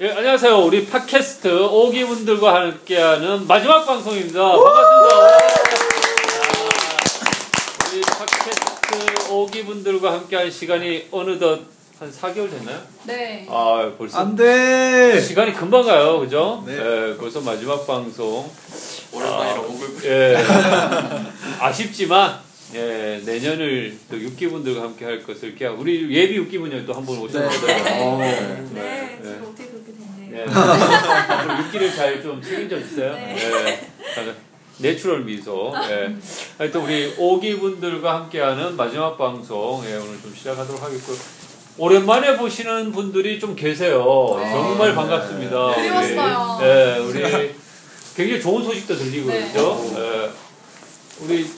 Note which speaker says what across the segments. Speaker 1: 예, 안녕하세요. 우리 팟캐스트 오기분들과 함께하는 마지막 방송입니다. 반갑습니다. 아, 우리 팟캐스트 오기분들과 함께한 시간이 어느덧 한 4개월 됐나요?
Speaker 2: 네.
Speaker 1: 아, 벌써
Speaker 3: 안
Speaker 4: 네.
Speaker 3: 돼!
Speaker 1: 시간이 금방 가요. 그죠?
Speaker 3: 네.
Speaker 1: 예, 벌써 마지막 방송.
Speaker 5: 오랜만이라 목을
Speaker 1: 예. 아쉽지만 예, 내년을 또 6기분들과 함께 할 것을 기하 우리 예비 6기분이 또 한 번 오셨거든요.
Speaker 3: 어.
Speaker 2: 네,
Speaker 1: 네.
Speaker 2: 지금 어떻게 그렇게 됐네요.
Speaker 1: 예. 좀 윤기를 잘 좀 책임져 주세요.
Speaker 2: 네.
Speaker 1: 예. 다들 내추럴 미소. 예. 하여튼 우리 오기 분들과 함께하는 마지막 방송 예, 오늘 좀 시작하도록 하겠고요. 오랜만에 보시는 분들이 좀 계세요.
Speaker 2: 네.
Speaker 1: 정말 반갑습니다. 우리.
Speaker 2: 그리웠어요.
Speaker 1: 예, 우리 굉장히 좋은 소식도 들리고
Speaker 2: 네.
Speaker 1: 그렇죠. 예. 우리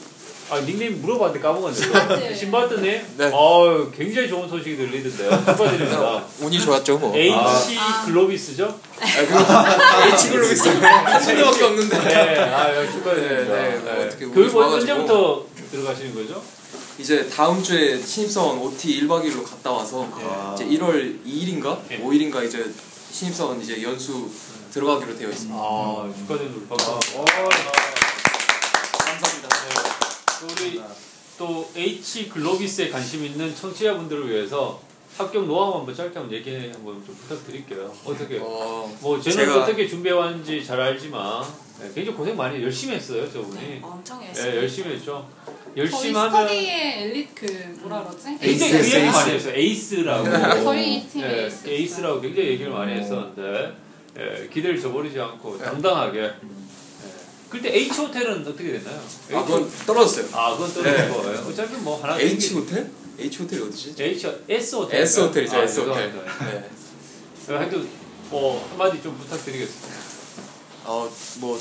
Speaker 1: 아 닉네임 물어봤는데 까먹었네요.
Speaker 2: 신바트.
Speaker 1: 신바트님,
Speaker 5: 네.
Speaker 1: 아유 굉장히 좋은 소식이 들리던데요. 축하드립니다.
Speaker 5: 운이 좋았죠 뭐. 아,
Speaker 1: AC
Speaker 2: 아.
Speaker 1: 글로비스죠?
Speaker 5: H글로 있어. 한순이밖에 없는데.
Speaker 1: 네, 아, 여기 축하드립니다.
Speaker 5: 네, 네, 네. 어떻게
Speaker 1: 교육
Speaker 5: 운이
Speaker 1: 언제부터 들어가시는 거죠?
Speaker 5: 이제 다음 주에 신입사원 OT 1박 2일로 갔다 와서
Speaker 3: 아.
Speaker 5: 이제 1월 2일인가
Speaker 1: 네.
Speaker 5: 5일인가 이제 신입사원 이제 연수 들어가기로 되어 있습니다.
Speaker 1: 아, 축하드립니다. 아,
Speaker 5: 아, 감사합니다.
Speaker 1: 우리 또 H 글로비스에 관심 있는 청취자분들을 위해서 합격 노하우 한번 짧게 한번 얘기 한번 좀 부탁드릴게요. 어떻게?
Speaker 5: 어,
Speaker 1: 뭐 쟤는
Speaker 5: 제가-
Speaker 1: 어떻게 준비해왔는지 잘 알지만 네, 굉장히 고생 많이 열심히 했어요 저분이.
Speaker 2: 엄청
Speaker 1: 네,
Speaker 2: 열심히.
Speaker 1: 열심히 했죠.
Speaker 2: 저희
Speaker 1: 열심히 하면
Speaker 2: 스터디의 엘리트 그 뭐라 그러지? 아,
Speaker 1: 굉장히
Speaker 5: 에이스,
Speaker 1: 그 얘기 많이
Speaker 5: 에이스.
Speaker 1: 했어요. 에이스라고.
Speaker 2: 네, 저희 팀
Speaker 1: 예,
Speaker 2: 에이스.
Speaker 1: 에이스라고 굉장히 얘기를 많이
Speaker 2: 음.
Speaker 1: 했었는데 예, 기대를 저버리지 않고
Speaker 5: 네.
Speaker 1: 당당하게 예. 그때 H 호텔은 어떻게 됐나요?
Speaker 5: 음. 아 그건 떨어졌어요.
Speaker 1: 아 그건 또
Speaker 5: 네.
Speaker 1: 거예요. 어차피 뭐 하나
Speaker 5: H 호텔? H 호텔이 어디지?
Speaker 1: H S 호텔
Speaker 5: S 호텔이죠, S 호텔. 네.
Speaker 1: 예, 하여튼 뭐 한마디 좀 부탁드리겠습니다.
Speaker 5: 어뭐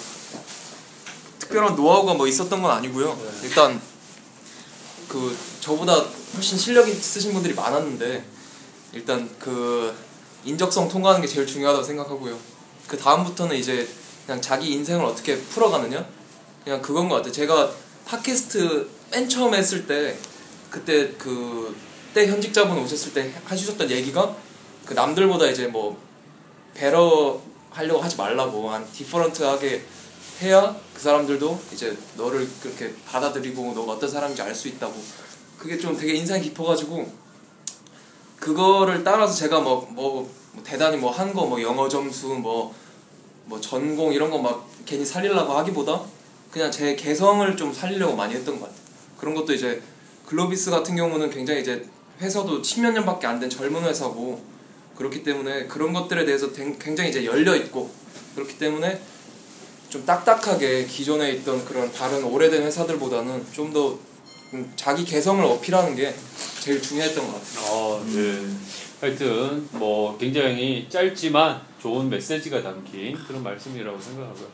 Speaker 5: 특별한 노하우가 뭐 있었던 건 아니고요. 일단 그 저보다 훨씬 실력 있으신 분들이 많았는데 일단 그 인적성 통과하는 게 제일 중요하다고 생각하고요. 그 다음부터는 이제 그냥 자기 인생을 어떻게 풀어가느냐 그냥 그건 것 같아요. 제가 팟캐스트 맨 처음 했을 때 그때 그 때 현직자분 오셨을 때 하셨던 얘기가 그 남들보다 이제 뭐 배러 하려고 하지 말라고 한 디퍼런트하게 해야 그 사람들도 이제 너를 그렇게 받아들이고 너가 어떤 사람인지 알 수 있다고 그게 좀 되게 인상 깊어가지고 그거를 따라서 제가 뭐 뭐 대단히 뭐 한 거 뭐 영어 점수 뭐 뭐 전공 이런 거 막 괜히 살리려고 하기보다 그냥 제 개성을 좀 살리려고 많이 했던 것 같아요. 그런 것도 이제 글로비스 같은 경우는 굉장히 이제 회사도 십몇 년밖에 안 된 젊은 회사고 그렇기 때문에 그런 것들에 대해서 댕- 굉장히 이제 열려 있고 그렇기 때문에 좀 딱딱하게 기존에 있던 그런 다른 오래된 회사들보다는 좀 더 자기 개성을 어필하는 게 제일 중요했던 것 같아요.
Speaker 1: 아, 네. 하여튼 뭐 굉장히 짧지만 좋은 메시지가 담긴 그런 말씀이라고 생각하고요.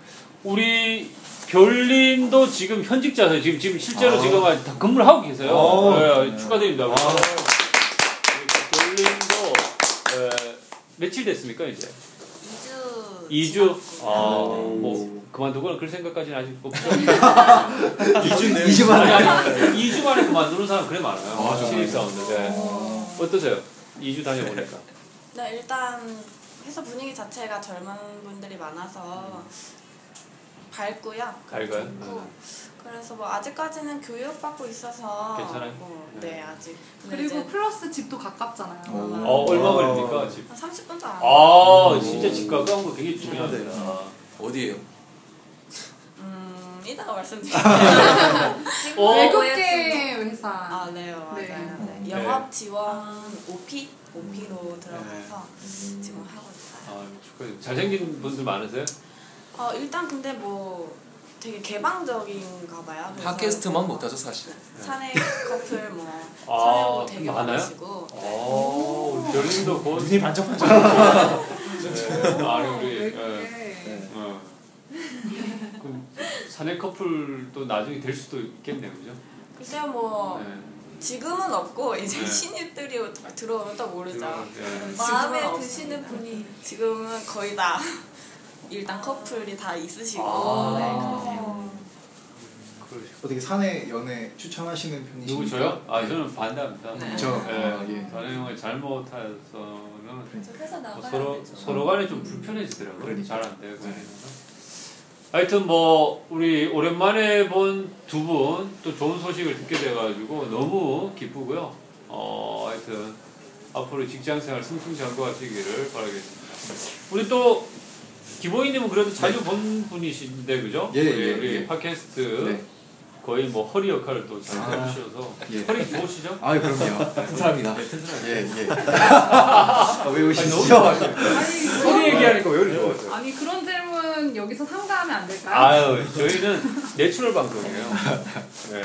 Speaker 1: 우리 별님도 지금 현직자세요. 지금 지금 실제로 지금 아직 다 근무를 하고 계세요.
Speaker 3: 아.
Speaker 1: 네, 축하드립니다. 우리 별님도 에, 예, 며칠 됐습니까 이제?
Speaker 2: 2주. 네.
Speaker 1: 2주? 아, 뭐 그만두거나 그럴 생각까지는 아직 없죠. 아니, 아니, 2주 만에 그만두는 사람 그래 많아요. 신입사원들. 네. 어떠세요? 2주 다녀보니까.
Speaker 4: 네, 일단 회사 분위기 자체가 젊은 분들이 많아서 밝고요.
Speaker 1: 밝아요?
Speaker 4: 좋고.
Speaker 1: 음.
Speaker 4: 그래서 뭐 아직까지는 교육받고 있어서
Speaker 3: 그렇죠.
Speaker 1: 괜찮아요?
Speaker 4: 뭐,
Speaker 1: 네.
Speaker 4: 네. 아직. 근데
Speaker 2: 그리고
Speaker 4: 이제
Speaker 2: 클러스 집도 가깝잖아요.
Speaker 3: 오.
Speaker 1: 어, 얼마
Speaker 3: 아.
Speaker 1: 걸립니까? 집?
Speaker 4: 한 30분 도 안.
Speaker 1: 아, 진짜 집 가까운 거 되게 중요하다. 아,
Speaker 3: 네.
Speaker 5: 어디예요?
Speaker 4: 음, 이따가 말씀드릴게요.
Speaker 1: 어.
Speaker 2: 외국계 회사.
Speaker 4: 아, 네요. 맞아요.
Speaker 2: 네.
Speaker 4: 네.
Speaker 1: 네.
Speaker 4: 영업 지원 OP? OP로 들어가서 지금 하고 있어요.
Speaker 1: 아, 축하해요. 잘생긴 분들 많으세요?
Speaker 4: 어, 일단 근데 뭐 되게 개방적인가 봐요. 그래서
Speaker 5: 팟캐스트만 뭐 못하죠 사실.
Speaker 4: 사내 커플 뭐
Speaker 1: 아,
Speaker 4: 사내도 되게
Speaker 1: 많아요?
Speaker 4: 많으시고 네.
Speaker 1: 아, 우리 별님도 곧.
Speaker 3: 눈이 반짝반짝.
Speaker 1: 네. 아니, 우리.
Speaker 2: 어, 외국계.
Speaker 1: 예. 어. 그럼 사내 커플도 나중에 될 수도 있겠네요, 그죠?
Speaker 4: 글쎄요 뭐
Speaker 1: 네.
Speaker 4: 지금은 없고 이제
Speaker 1: 네.
Speaker 4: 신입들이 딱 들어오면 또 모르죠.
Speaker 1: 네.
Speaker 4: 지금은
Speaker 2: 마음에
Speaker 4: 없-
Speaker 2: 드시는 분이.
Speaker 4: 지금은 거의 다 일단 커플이 다 있으시고
Speaker 1: 아.
Speaker 4: 네, 그러세요.
Speaker 6: 어떻게 사내 연애 추천하시는 편이십니까?
Speaker 1: 누구 저요? 아 저는 반대합니다.
Speaker 7: 네.
Speaker 6: 저.
Speaker 1: 예,
Speaker 6: 아, 예.
Speaker 1: 다른 형을 잘못해서는
Speaker 7: 저 회사
Speaker 1: 뭐
Speaker 7: 나가야
Speaker 1: 서로
Speaker 7: 되죠. 네.
Speaker 1: 서로 간에 좀 불편해지더라고요.
Speaker 6: 그러니까.
Speaker 1: 잘 안 되고 이러면서. 하여튼 뭐 우리 오랜만에 본 두 분 또 좋은 소식을 듣게 돼가지고 너무 기쁘고요. 어 하여튼 앞으로 직장생활 승승장구하시기를 바라겠습니다. 우리 또 기보이님은 그래도 자주 본 분이신데 그죠?
Speaker 6: 예,
Speaker 1: 우리,
Speaker 6: 예,
Speaker 1: 우리
Speaker 6: 예.
Speaker 1: 팟캐스트
Speaker 6: 네.
Speaker 1: 거의 뭐 허리 역할을 또 잘
Speaker 6: 아.
Speaker 1: 해주셔서
Speaker 6: 예.
Speaker 1: 허리 좋으시죠?
Speaker 6: 아 그럼요. 감사합니다. 예 예. 아, 왜
Speaker 1: 아니,
Speaker 6: 오시죠?
Speaker 1: 너무 네. 허리 얘기하니까 왜 이렇게 좋아하세요?
Speaker 2: 아니 그런 질문 여기서 삼가하면 안 될까요?
Speaker 1: 아유, 저희는 내추럴 방송이에요. 네.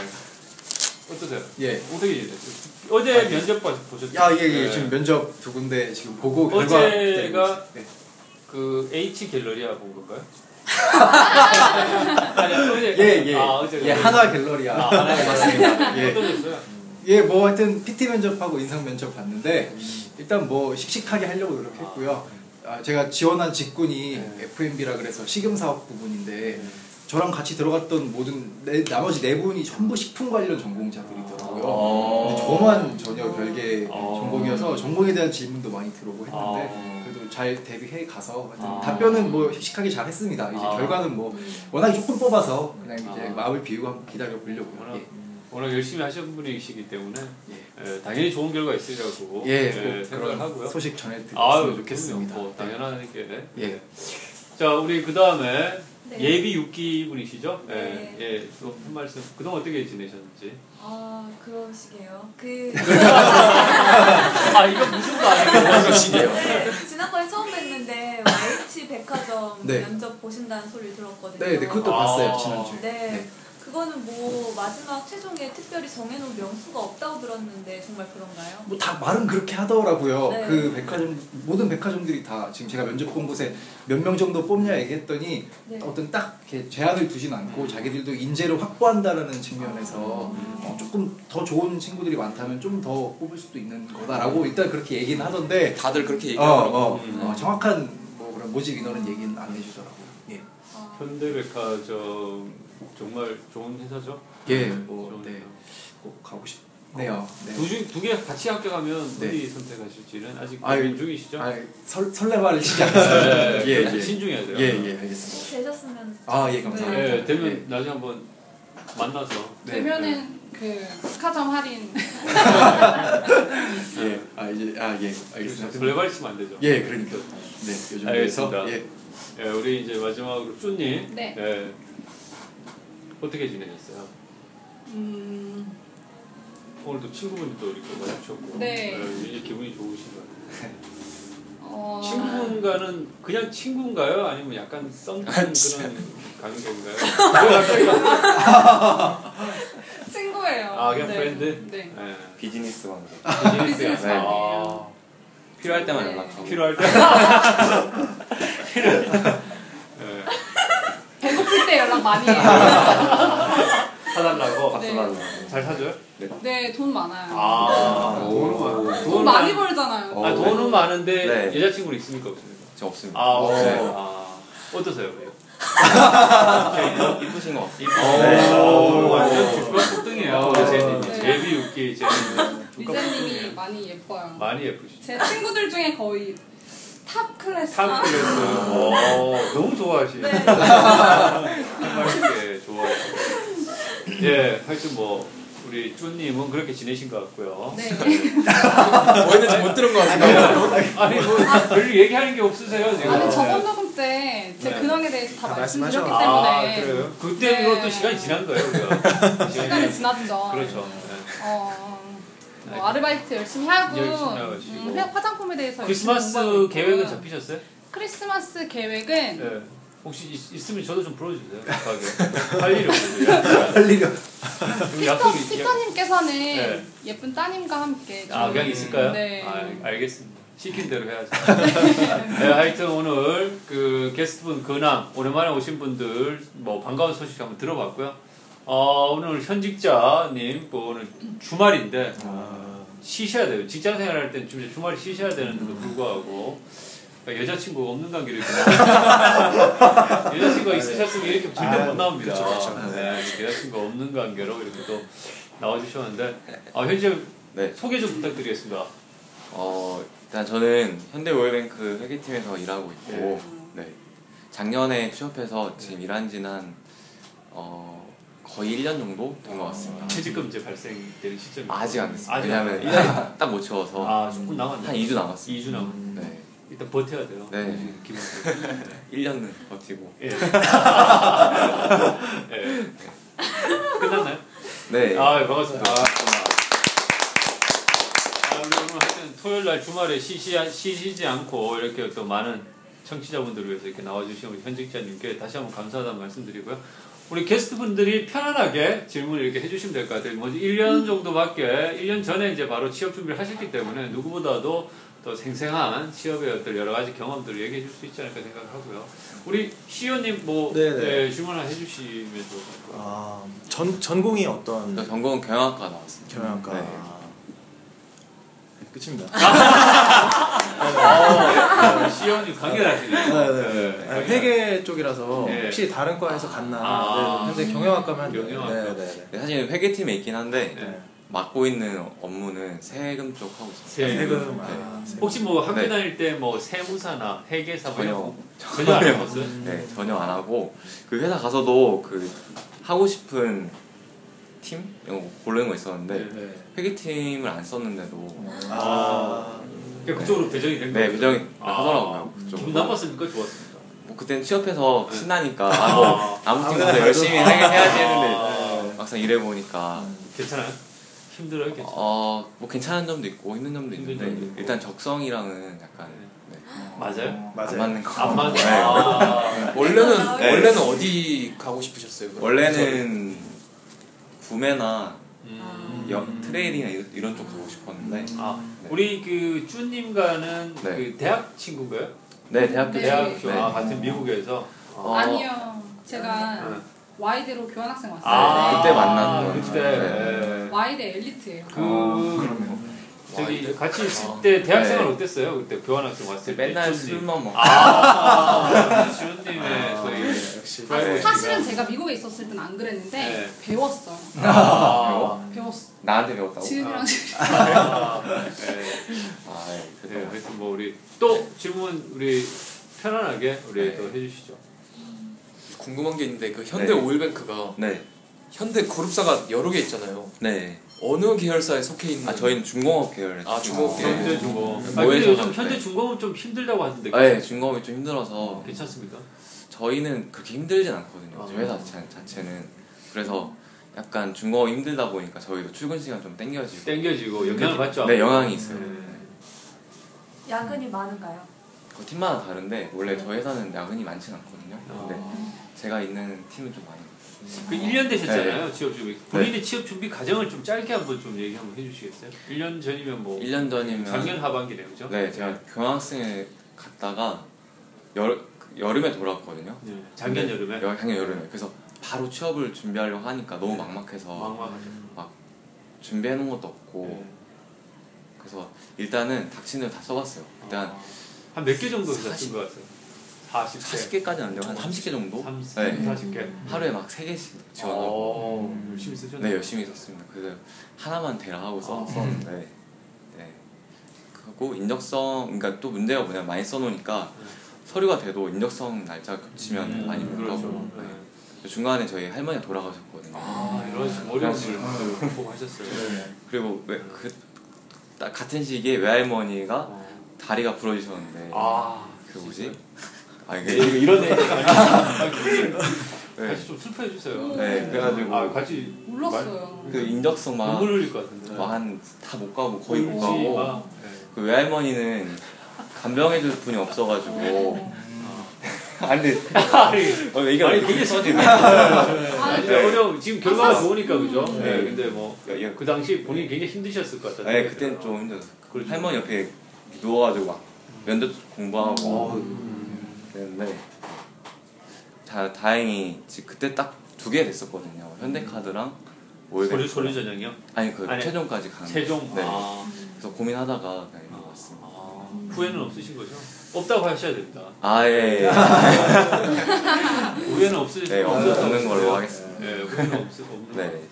Speaker 1: 어떠세요?
Speaker 6: 예.
Speaker 1: 어떻게 지내세요? 어제 면접 봐- 보셨죠?
Speaker 6: 아, 야, 예, 예.
Speaker 1: 네.
Speaker 6: 지금 면접 두 군데 지금 보고 결과 기다리고
Speaker 1: 어제가-
Speaker 6: 있어요. 네.
Speaker 1: 그 H 갤러리아 본 건가요? 아니, 어제.
Speaker 6: 예, 예.
Speaker 1: 아, 어제.
Speaker 6: 예, 하나 갤러리아.
Speaker 1: 아, 하나
Speaker 6: 맞습니다. 예.
Speaker 1: 어떠셨어요?
Speaker 6: 예, 뭐 하여튼 PT 면접하고 인상 면접 봤는데 일단 뭐 씩씩하게 하려고 노력했고요. 아, 제가 지원한 직군이
Speaker 1: 네.
Speaker 6: F&B라 그래서 식음 사업 부분인데 저랑 같이 들어갔던 모든 네- 나머지 네 분이 전부 식품 관련 전공자들이더라고요. 근데 저만 전혀 별개
Speaker 1: 아.
Speaker 6: 전공이어서 전공에 대한 질문도 많이 들어오고 했는데
Speaker 1: 아.
Speaker 6: 그래도 잘 대비해 가서 하여튼
Speaker 1: 아.
Speaker 6: 답변은 뭐 씩씩하게 잘 했습니다. 이제
Speaker 1: 아.
Speaker 6: 결과는 뭐 워낙 조금 뽑아서 그냥 이제
Speaker 1: 아.
Speaker 6: 마음을 비우고 한번 기다려 보려고요.
Speaker 1: 워낙, 워낙 열심히 하신 분이시기 때문에
Speaker 6: 예. 예.
Speaker 1: 예, 당연히 좋은 결과 있으라고
Speaker 6: 예,
Speaker 1: 예,
Speaker 6: 꼭 그런
Speaker 1: 생각을 하고요.
Speaker 6: 소식 전해드렸으면
Speaker 1: 아유,
Speaker 6: 좋겠습니다.
Speaker 1: 그럼요. 뭐, 당연하게.
Speaker 6: 예.
Speaker 1: 자, 우리 그 다음에
Speaker 7: 네.
Speaker 1: 예비 6기 분이시죠?
Speaker 7: 네.
Speaker 1: 예, 예. 또한 말씀. 그동안 어떻게 지내셨는지.
Speaker 7: 아 그러시게요. 그
Speaker 1: 아, 이거 무슨 거 아니에요?
Speaker 7: 네, 지난번에 처음 뵀는데 YH 백화점
Speaker 6: 네.
Speaker 7: 면접 보신다는 소리 들었거든요.
Speaker 6: 네, 네, 그것도
Speaker 1: 아.
Speaker 6: 봤어요 지난주에.
Speaker 7: 네.
Speaker 6: 네.
Speaker 7: 그거는 뭐 마지막 최종에 특별히 정해놓은 명수가 없다고 들었는데 정말 그런가요?
Speaker 6: 뭐 다 말은 그렇게 하더라고요.
Speaker 7: 네.
Speaker 6: 그 백화점 모든 백화점들이 다 지금 제가 면접 본 곳에 몇 명 정도 뽑냐 얘기했더니
Speaker 7: 네.
Speaker 6: 어떤 딱 이렇게 제한을 두진 않고 자기들도 인재를 확보한다라는 측면에서
Speaker 7: 아.
Speaker 6: 어, 조금 더 좋은 친구들이 많다면 좀 더 뽑을 수도 있는 거다라고 일단 그렇게 얘기는 하던데
Speaker 8: 다들 그렇게
Speaker 6: 어,
Speaker 8: 얘기하더라고.
Speaker 6: 어,
Speaker 1: 음.
Speaker 6: 어, 정확한 뭐 그런 모집 인원은 얘기는 안 해주더라고요. 예,
Speaker 7: 아,
Speaker 1: 현대백화점 정말 좋은 회사죠?
Speaker 6: 예, 뭐,
Speaker 1: 좋은
Speaker 6: 네,
Speaker 1: 회사.
Speaker 6: 꼭 가고 싶네요. 네.
Speaker 1: 두 중, 두 개 같이 합격하면
Speaker 6: 네.
Speaker 1: 어디 선택하실지는 아직
Speaker 6: 아유,
Speaker 1: 고민 중이시죠?
Speaker 6: 아, 설 설레발을 시작했어요.
Speaker 1: 예,
Speaker 6: 예,
Speaker 1: 예.
Speaker 6: 예.
Speaker 1: 신중해야 돼요.
Speaker 6: 예, 예, 알겠습니다.
Speaker 7: 되셨으면
Speaker 6: 아, 예, 감사합니다.
Speaker 1: 예, 되면
Speaker 6: 예.
Speaker 1: 나중에 한번 만나서.
Speaker 2: 예.
Speaker 6: 네,
Speaker 2: 되면은 그 백화점 할인
Speaker 6: 네. 예, 아 이제 아 예, 알겠습니다.
Speaker 1: 설레발 치면 안 되죠?
Speaker 6: 예, 그러니까. 네, 요즘
Speaker 1: 알겠습니다.
Speaker 6: 그래서 예,
Speaker 1: 예, 우리 이제 마지막으로 쭈님.
Speaker 2: 네.
Speaker 1: 예. 어떻게 지내셨어요?
Speaker 2: 음,
Speaker 1: 오늘도 친구분들도 이렇게 와주셨고.
Speaker 2: 네.
Speaker 1: 예, 이제 기분이 좋으신가요?
Speaker 2: 어,
Speaker 1: 친구인가는 그냥 친구인가요? 아니면 약간 썸 타는 그런 관계인가요? 왜 갑자기 왔어요?
Speaker 2: 친구예요.
Speaker 1: 아, 그냥 브랜드?
Speaker 2: 네.
Speaker 1: 예.
Speaker 9: 비즈니스 관계.
Speaker 1: 비즈니스
Speaker 2: 비즈니스
Speaker 1: 아,
Speaker 9: 필요할 때만
Speaker 2: 네.
Speaker 9: 연락하고.
Speaker 1: 필요할 때. 필요할 때.
Speaker 2: 배고플 때 연락 많이 해요.
Speaker 9: 사달라고.
Speaker 2: 네.
Speaker 9: 사달라고.
Speaker 1: 잘 사줘요?
Speaker 2: 네, 돈 많아요.
Speaker 1: 아,
Speaker 6: 돈은 많아.
Speaker 2: 돈 많이 벌잖아요.
Speaker 1: 아, 돈은 많은데
Speaker 9: 네.
Speaker 1: 여자친구는 있습니까? 없습니까?
Speaker 9: 저 없습니다.
Speaker 1: 아,
Speaker 6: 네.
Speaker 1: 없어요. 아, 어떠세요?
Speaker 9: 이쁘신 것 같아요.
Speaker 1: 네.
Speaker 5: 어.
Speaker 1: 오, 완전 주가
Speaker 6: 어.
Speaker 1: 폭등이에요. 제님.
Speaker 2: 네.
Speaker 1: 제비 웃기,
Speaker 6: 아,
Speaker 1: 제님.
Speaker 2: 리자님이 많이 예뻐요.
Speaker 1: 많이 예쁘시죠?
Speaker 2: 제 친구들 중에 거의 탑 클래스.
Speaker 1: 탑 클래스. 오, 너무 좋아하시네.
Speaker 7: 네.
Speaker 1: 맛있게 좋아하시고. 예, 하여튼 뭐, 우리 쭈님은 그렇게 지내신 것 같고요.
Speaker 2: 네.
Speaker 8: 뭐 했는지 못 들은 것 같아요.
Speaker 1: 아니, 뭐, 별 얘기하는 게 없으세요, 지금?
Speaker 2: 아니 저번 녹음 때 제
Speaker 1: 네.
Speaker 2: 근황에 대해서 다
Speaker 6: 다
Speaker 2: 말씀드렸기
Speaker 6: 말씀하셨-
Speaker 1: 아,
Speaker 2: 때문에
Speaker 1: 그래요? 그때로
Speaker 2: 네.
Speaker 1: 또 시간이 지난 거예요, 우리가. 예,
Speaker 2: 시간이 지났죠.
Speaker 1: 그렇죠.
Speaker 2: 어, 뭐 아르바이트 열심히 하고,
Speaker 1: 열심히 하시고.
Speaker 2: 음, 화- 화장품에 대해서
Speaker 1: 네.
Speaker 2: 열심히
Speaker 1: 크리스마스
Speaker 2: 공부하고
Speaker 1: 계획은
Speaker 2: 있고요.
Speaker 1: 잡히셨어요?
Speaker 2: 크리스마스 계획은
Speaker 1: 네. 혹시 있, 있으면 저도 좀 불러주세요. 급하게. 할 일이 없어요.
Speaker 6: 빨리려.
Speaker 1: 그럼
Speaker 2: 피터,
Speaker 1: 약속이 있-
Speaker 2: 피터님께서는
Speaker 1: 네.
Speaker 2: 예쁜 따님과 함께
Speaker 1: 아
Speaker 2: 좀-
Speaker 1: 그냥 있을까요?
Speaker 2: 네.
Speaker 1: 아, 알겠습니다. 시킨 대로 해야죠. 네, 하여튼 오늘 그 게스트분 근황 오랜만에 오신 분들 뭐 반가운 소식 한번 들어봤고요. 어, 오늘 현직자님 뭐 오늘 주말인데
Speaker 10: 아,
Speaker 1: 쉬셔야 돼요. 직장 생활할 때는 진짜 주말에 쉬셔야 되는데도 불구하고 그러니까 여자친구 없는 관계를 그냥- 여자친구가 있으셨으면 이렇게 절대
Speaker 5: 아,
Speaker 1: 못 나옵니다. 네, 여자친구 없는 관계로 이렇게 또 나와주셨는데 아, 현재
Speaker 5: 네.
Speaker 1: 소개 좀 부탁드리겠습니다.
Speaker 5: 어 일단 저는 현대오일뱅크 회계팀에서 일하고 있고
Speaker 1: 네.
Speaker 5: 네. 작년에 취업해서 지금 일한 지는 한, 어, 거의 1년 정도 된 것 같습니다.
Speaker 1: 퇴직금 이제 발생되는 시점이
Speaker 5: 아직 안 됐어요.
Speaker 1: 아직 안
Speaker 5: 왜냐면
Speaker 1: 됐어요.
Speaker 5: 일년이 딱 못 채워서
Speaker 1: 아 조금 남았네.
Speaker 5: 한 2주 남았어요.
Speaker 1: 2주 남았.
Speaker 5: 네.
Speaker 1: 일단 버텨야 돼요.
Speaker 5: 네.
Speaker 1: 기본.
Speaker 5: 1년은 버티고.
Speaker 1: 예. 예. 끝났나요?
Speaker 5: 네.
Speaker 1: 아 예, 반갑습니다. 아, 우리 오늘 하여튼 토요일 날 주말에 쉬시한, 쉬시지 않고 이렇게 또 많은 청취자분들을 위해서 이렇게 나와주신 우리 현직자님께 다시 한번 감사하다는 말씀드리고요. 우리 게스트분들이 편안하게 질문을 이렇게 해주시면 될 것 같아요. 먼저 1년 정도밖에, 1년 전에 이제 바로 취업 준비를 하셨기 때문에 누구보다도 또 생생한 취업의 어떤 여러 가지 경험들을 얘기해 줄 수 있지 않을까 생각하고요. 우리 시연님 뭐,
Speaker 10: 네네.
Speaker 1: 네, 질문 하나 해주시면 좋을 것 같아요.
Speaker 10: 아, 전 전공이 어떤
Speaker 5: 저 전공은 경영학과 나왔습니다.
Speaker 10: 경영학과 네,
Speaker 5: 네.
Speaker 10: 끝입니다.
Speaker 1: 시연님 강렬하시네요.
Speaker 10: 네,
Speaker 1: 네.
Speaker 10: 아니, 회계 쪽이라서
Speaker 1: 네.
Speaker 10: 혹시 다른 과에서 갔나?
Speaker 1: 아.
Speaker 10: 네, 현재 경영학과만
Speaker 1: 경영학과.
Speaker 10: 네, 네,
Speaker 5: 근데 사실 회계팀에 있긴 한데
Speaker 1: 네.
Speaker 5: 맡고 있는 업무는 세금 쪽 하고 있습니다.
Speaker 10: 네.
Speaker 1: 네.
Speaker 10: 세금 아, 세금.
Speaker 1: 혹시 뭐 학교
Speaker 5: 네.
Speaker 1: 다닐 때 뭐 세무사나 회계사 뭐 이런
Speaker 5: 전혀
Speaker 1: 거 전혀 안 해봤어요?
Speaker 5: 네, 전혀 안 하고 그 회사 가서도 그 하고 싶은 팀 이런 거 고르는 거 있었는데
Speaker 10: 네.
Speaker 5: 회계팀을 안
Speaker 1: 음.
Speaker 5: 썼는데도
Speaker 10: 아.
Speaker 1: 그러니까 그쪽으로 배정이 된 거예요?
Speaker 5: 네 배정이
Speaker 1: 아.
Speaker 5: 하더라고요
Speaker 1: 기분
Speaker 5: 그쪽.
Speaker 1: 나빴습니까? 좋았습니까?
Speaker 5: 뭐 그땐 취업해서 신나니까
Speaker 1: 아.
Speaker 5: 아, 뭐 아무 팀 가서 열심히 하긴 해야지
Speaker 1: 아.
Speaker 5: 했는데 네. 막상 일해 보니까
Speaker 1: 음. 괜찮아요? 힘들어요? 괜찮아요?
Speaker 5: 어뭐 괜찮은 점도 있고 힘든 점도
Speaker 1: 힘든
Speaker 5: 있는데
Speaker 1: 점도 있고.
Speaker 5: 일단 적성이랑은 약간 네,
Speaker 1: 맞아요?
Speaker 5: 안
Speaker 10: 맞아요. 네.
Speaker 5: 맞는 거
Speaker 1: 안 맞아
Speaker 5: 네.
Speaker 1: 아.
Speaker 8: 원래는
Speaker 7: 나와요.
Speaker 8: 원래는 어디 가고 싶으셨어요? 그럼?
Speaker 5: 원래는 구매나
Speaker 1: 음.
Speaker 5: 역 트레이딩이나 이런- 이런 쪽 보고 싶었는데
Speaker 1: 아, 우리 그 쭈님과는
Speaker 5: 네.
Speaker 1: 그 대학 친구인가요?
Speaker 5: 네 대학교
Speaker 2: 네.
Speaker 1: 대학 교
Speaker 5: 네.
Speaker 1: 아, 같은 미국에서
Speaker 5: 어,
Speaker 2: 아니요. 제가
Speaker 1: 네.
Speaker 2: Y대로 교환학생 왔어요.
Speaker 1: 아,
Speaker 5: 그때 만났던
Speaker 1: 그때
Speaker 5: 네.
Speaker 2: Y대 엘리트예요.
Speaker 6: 아,
Speaker 1: 그
Speaker 10: 아,
Speaker 1: 저기 아, 같이 있을 때 대학생활 어땠어요? 그때 교환학생 왔을 때
Speaker 5: 네. 맨날
Speaker 1: 쭈님.
Speaker 5: 술만 먹고
Speaker 1: 아, 쭈님의 저희
Speaker 10: 역시.
Speaker 2: 아,
Speaker 1: 네.
Speaker 2: 사실은 제가 미국에 있었을 땐 안 그랬는데
Speaker 1: 네.
Speaker 2: 배웠어요.
Speaker 1: 아,
Speaker 2: 배웠어.
Speaker 5: 나한테 배웠다고
Speaker 2: 지은이랑
Speaker 1: 네.
Speaker 5: 아, 예.
Speaker 1: 네,
Speaker 5: 그래서
Speaker 1: 하여튼 뭐 우리 또 질문 우리 편안하게 우리
Speaker 5: 네.
Speaker 1: 또 해주시죠.
Speaker 8: 궁금한 게 있는데 그 현대
Speaker 5: 네.
Speaker 8: 오일뱅크가 현대 그룹사가 여러 개 있잖아요.
Speaker 5: 네네아 아,
Speaker 8: 어느 계열사에 속해 있는?
Speaker 5: 저희는 중공업 계열
Speaker 8: 아, 중공업 계열.
Speaker 1: 네. 현대 중공. 아
Speaker 5: 네. 뭐에
Speaker 1: 근데 요즘
Speaker 5: 상관없네.
Speaker 1: 현대 중공은 좀 힘들다고 하던데.
Speaker 5: 네 중공업이 좀 힘들어서
Speaker 8: 음.
Speaker 1: 괜찮습니다.
Speaker 5: 저희는 그렇게 힘들진 않거든요
Speaker 1: 아.
Speaker 5: 저희 회사 자체, 자체는 그래서 약간 중공업 힘들다 보니까 저희도 출근 시간 좀 땡겨지고
Speaker 1: 땡겨지고 영향을 받죠.
Speaker 5: 네 영향이 있어요
Speaker 7: 야근이 많은가요?
Speaker 5: 그 팀마다 다른데
Speaker 1: 네.
Speaker 5: 원래 저희 회사는 야근이 많진 않거든요
Speaker 1: 아.
Speaker 5: 근데 제가 있는 팀은 좀 많이
Speaker 1: 그 1년
Speaker 5: 네.
Speaker 1: 되셨잖아요 취업 준비. 본인의 취업 준비 과정을 좀 짧게 한번 좀 얘기 한번 해주시겠어요? 1년 전이면 뭐
Speaker 5: 1년 전이면
Speaker 1: 작년 하반기네요, 그죠?
Speaker 5: 네, 제가 경학생에 갔다가 여, 여름에 돌아왔거든요.
Speaker 1: 네, 작년
Speaker 5: 근데
Speaker 1: 여름에
Speaker 5: 여- 작년 여름에. 그래서 바로 취업을 준비하려고 하니까 너무 막막해서
Speaker 1: 네. 막막하죠.
Speaker 5: 준비해 놓은 것도 없고
Speaker 1: 네.
Speaker 5: 그래서 일단은 닥치는 다 써봤어요.
Speaker 1: 아,
Speaker 5: 일단
Speaker 1: 한몇 개 정도 쓴것 같아요? 40개.
Speaker 5: 40개까지는 안 되고 한 30개 정도
Speaker 1: 30,
Speaker 5: 네.
Speaker 1: 40개.
Speaker 5: 하루에 막 3개씩 지원하고
Speaker 1: 어, 열심히 쓰셨네.
Speaker 5: 네, 열심히 썼습니다. 그래서 하나만 대라 하고 써,
Speaker 1: 아.
Speaker 5: 썼는데 네. 그리고 인적성 그러니까 또 문제가 뭐냐면 많이 써놓으니까
Speaker 1: 네.
Speaker 5: 서류가 돼도 인적성 날짜가 겹치면 많이 못 가고
Speaker 1: 그렇죠.
Speaker 5: 네.
Speaker 1: 네.
Speaker 5: 중간에 저희 할머니가 돌아가셨거든요.
Speaker 1: 아 이런 어려움을 극복하셨어요.
Speaker 5: 네. 그리고 왜, 그 딱 같은 시기에 외할머니가
Speaker 1: 어.
Speaker 5: 다리가 부러지셨는데
Speaker 1: 아
Speaker 5: 그 뭐지? 아
Speaker 1: 네,
Speaker 5: 이게
Speaker 1: 이거 이런 얘기가
Speaker 5: 네,
Speaker 1: 같이 좀 슬퍼해 주세요.
Speaker 5: 네 그래가지고
Speaker 1: 아 같이
Speaker 2: 몰랐어요.
Speaker 5: 그 인적성
Speaker 1: 눈물 흘릴 것 같은데.
Speaker 5: 막막한 다 못 가고 거의 못
Speaker 1: 울지
Speaker 5: 가고
Speaker 1: 마. 네.
Speaker 5: 그 외할머니는 간병해줄 분이 없어가지고 아니
Speaker 1: 아니,
Speaker 5: 어, 얘기가
Speaker 1: 아니,
Speaker 5: 왜 이렇게 써지네
Speaker 2: 아,
Speaker 1: 아니, 어려움 지금 결과가 좋으니까 그죠?
Speaker 5: 네.
Speaker 1: 네. 근데 뭐
Speaker 5: 예,
Speaker 1: 그 당시 본인 굉장히 힘드셨을 것 같아요.
Speaker 5: 네 그땐 좀 힘들었어
Speaker 1: 그렇죠.
Speaker 5: 할머니 옆에 누워가지고 막 면접
Speaker 1: 어,
Speaker 5: 공부하고
Speaker 1: 음.
Speaker 5: 그랬는데 다 다행히 지- 그때 딱 두 개 됐었거든요. 현대카드랑
Speaker 1: 소리
Speaker 5: 월드
Speaker 1: 소리 전형이요?
Speaker 5: 아니 그
Speaker 1: 음. 아니,
Speaker 5: 최종까지 간.
Speaker 1: 최종.
Speaker 5: 네.
Speaker 1: 아,
Speaker 5: 그래서 고민하다가 그냥 이거 왔습니다.
Speaker 1: 아, 후회는 없으신 거죠? 없다고 하셔야 됩니다.
Speaker 5: 아, 예, 예.
Speaker 1: 오해는 없으실
Speaker 5: 네, 없- 없는 걸로 하겠습니다.
Speaker 1: 네, 오해는 없을 없는
Speaker 5: 네.
Speaker 1: 걸로.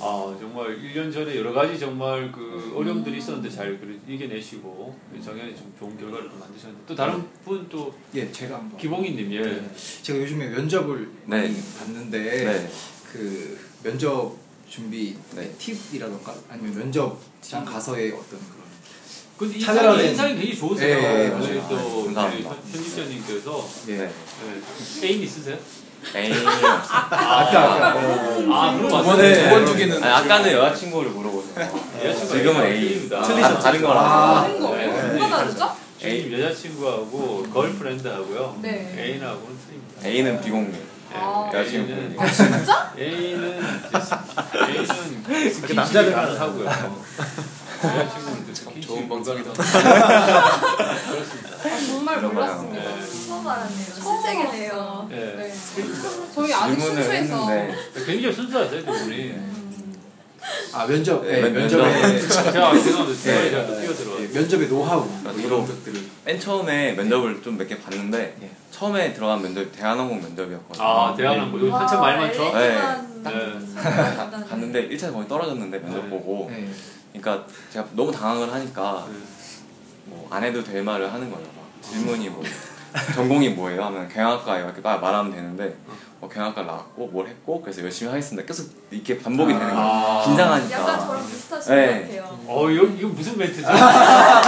Speaker 1: 아 정말 1년 전에 여러 가지 정말 그 어려움들이 있었는데 잘 그래- 이겨내시고 정연이 좀 좋은 결과를 또 만드셨는데 또
Speaker 5: 네.
Speaker 1: 다른 분 또
Speaker 6: 예, 제가 한번.
Speaker 1: 기봉이님 예.
Speaker 6: 제가 요즘에 면접을
Speaker 5: 네.
Speaker 6: 많이 봤는데
Speaker 5: 네.
Speaker 6: 그 면접 준비
Speaker 5: 네.
Speaker 6: 팁이라던가 아니면 면접장 가서의 어떤 그런
Speaker 1: 근데
Speaker 6: 차별화된-
Speaker 1: 인상이, 인상이 되게 좋으세요.
Speaker 6: 예, 예,
Speaker 1: 저희
Speaker 5: 네, 맞아요.
Speaker 1: 또
Speaker 5: 감사합니다.
Speaker 1: 저희 편집자님께서
Speaker 5: 네.
Speaker 1: 예. 애인 있으세요?
Speaker 5: 에이.
Speaker 6: 아까 아까
Speaker 1: 아 그럼 맞아요.
Speaker 5: 네.
Speaker 8: 두번 두기는
Speaker 5: 아니, 아까는 여자친구를 물어보세요.
Speaker 1: 여자친구가
Speaker 5: 지금은 A.
Speaker 1: 애인입니다.
Speaker 5: 다, 다른 거라.
Speaker 6: 아,
Speaker 7: 다른 거
Speaker 1: 네.
Speaker 7: 뭐가 다르죠?
Speaker 1: 지금 여자친구하고 걸프렌드하고요.
Speaker 7: 음. 네.
Speaker 1: 애인하고는 틀립니다.
Speaker 5: A는 비공개.
Speaker 7: 아.
Speaker 5: 여자친구
Speaker 1: A는-
Speaker 5: 공개.
Speaker 1: 애인은 애인은 스킨십 남자들 하고요. 여자친구는 참
Speaker 8: 좋은 방송이다.
Speaker 4: 아,
Speaker 1: 그렇습니다.
Speaker 2: 정말
Speaker 5: 그런
Speaker 2: 몰랐습니다.
Speaker 1: 거랑, 네.
Speaker 7: 처음 알았네요.
Speaker 2: 처음
Speaker 7: 신세계네요.
Speaker 2: 알았어요.
Speaker 1: 예.
Speaker 2: 네. 저희 아직
Speaker 5: 질문을
Speaker 2: 순수해서
Speaker 5: 했는데.
Speaker 1: 굉장히 순수하세요, 두 분이.
Speaker 7: 음.
Speaker 6: 아 면접
Speaker 5: 네,
Speaker 6: 네, 면접의
Speaker 1: 제가 죄송합니다. 제가
Speaker 5: 네.
Speaker 1: 제가 또
Speaker 6: 예,
Speaker 1: 뛰어들어요.
Speaker 6: 면접의 노하우 뭐
Speaker 5: 이거-
Speaker 6: 이런 것들을
Speaker 5: 맨 처음에 면접을 좀 몇 개 봤는데
Speaker 6: 예.
Speaker 5: 처음에 들어간 면접이 대한항공 면접이었거든요.
Speaker 1: 아 대한항공 요즘 한참 많이 많죠.
Speaker 7: 아, 예.
Speaker 1: 네.
Speaker 7: 네.
Speaker 5: 갔는데 1차 거의 떨어졌는데 면접
Speaker 1: 네.
Speaker 5: 보고
Speaker 6: 네.
Speaker 5: 그러니까 제가 너무 당황을 하니까
Speaker 1: 네.
Speaker 5: 뭐 안 해도 될 말을 하는 거예요. 막 질문이 뭐 전공이 뭐예요? 하면 경영학과예요. 이렇게 딱 말하면 되는데 뭐 경영학과 나왔고 뭘 했고 그래서 열심히 하겠습니다. 계속 이렇게 반복이 되는 거예요.
Speaker 1: 아.
Speaker 5: 긴장하니까.
Speaker 7: 약간 저랑 비슷하신
Speaker 5: 네.
Speaker 7: 것 같아요.
Speaker 1: 어 이거 이거 무슨 멘트죠?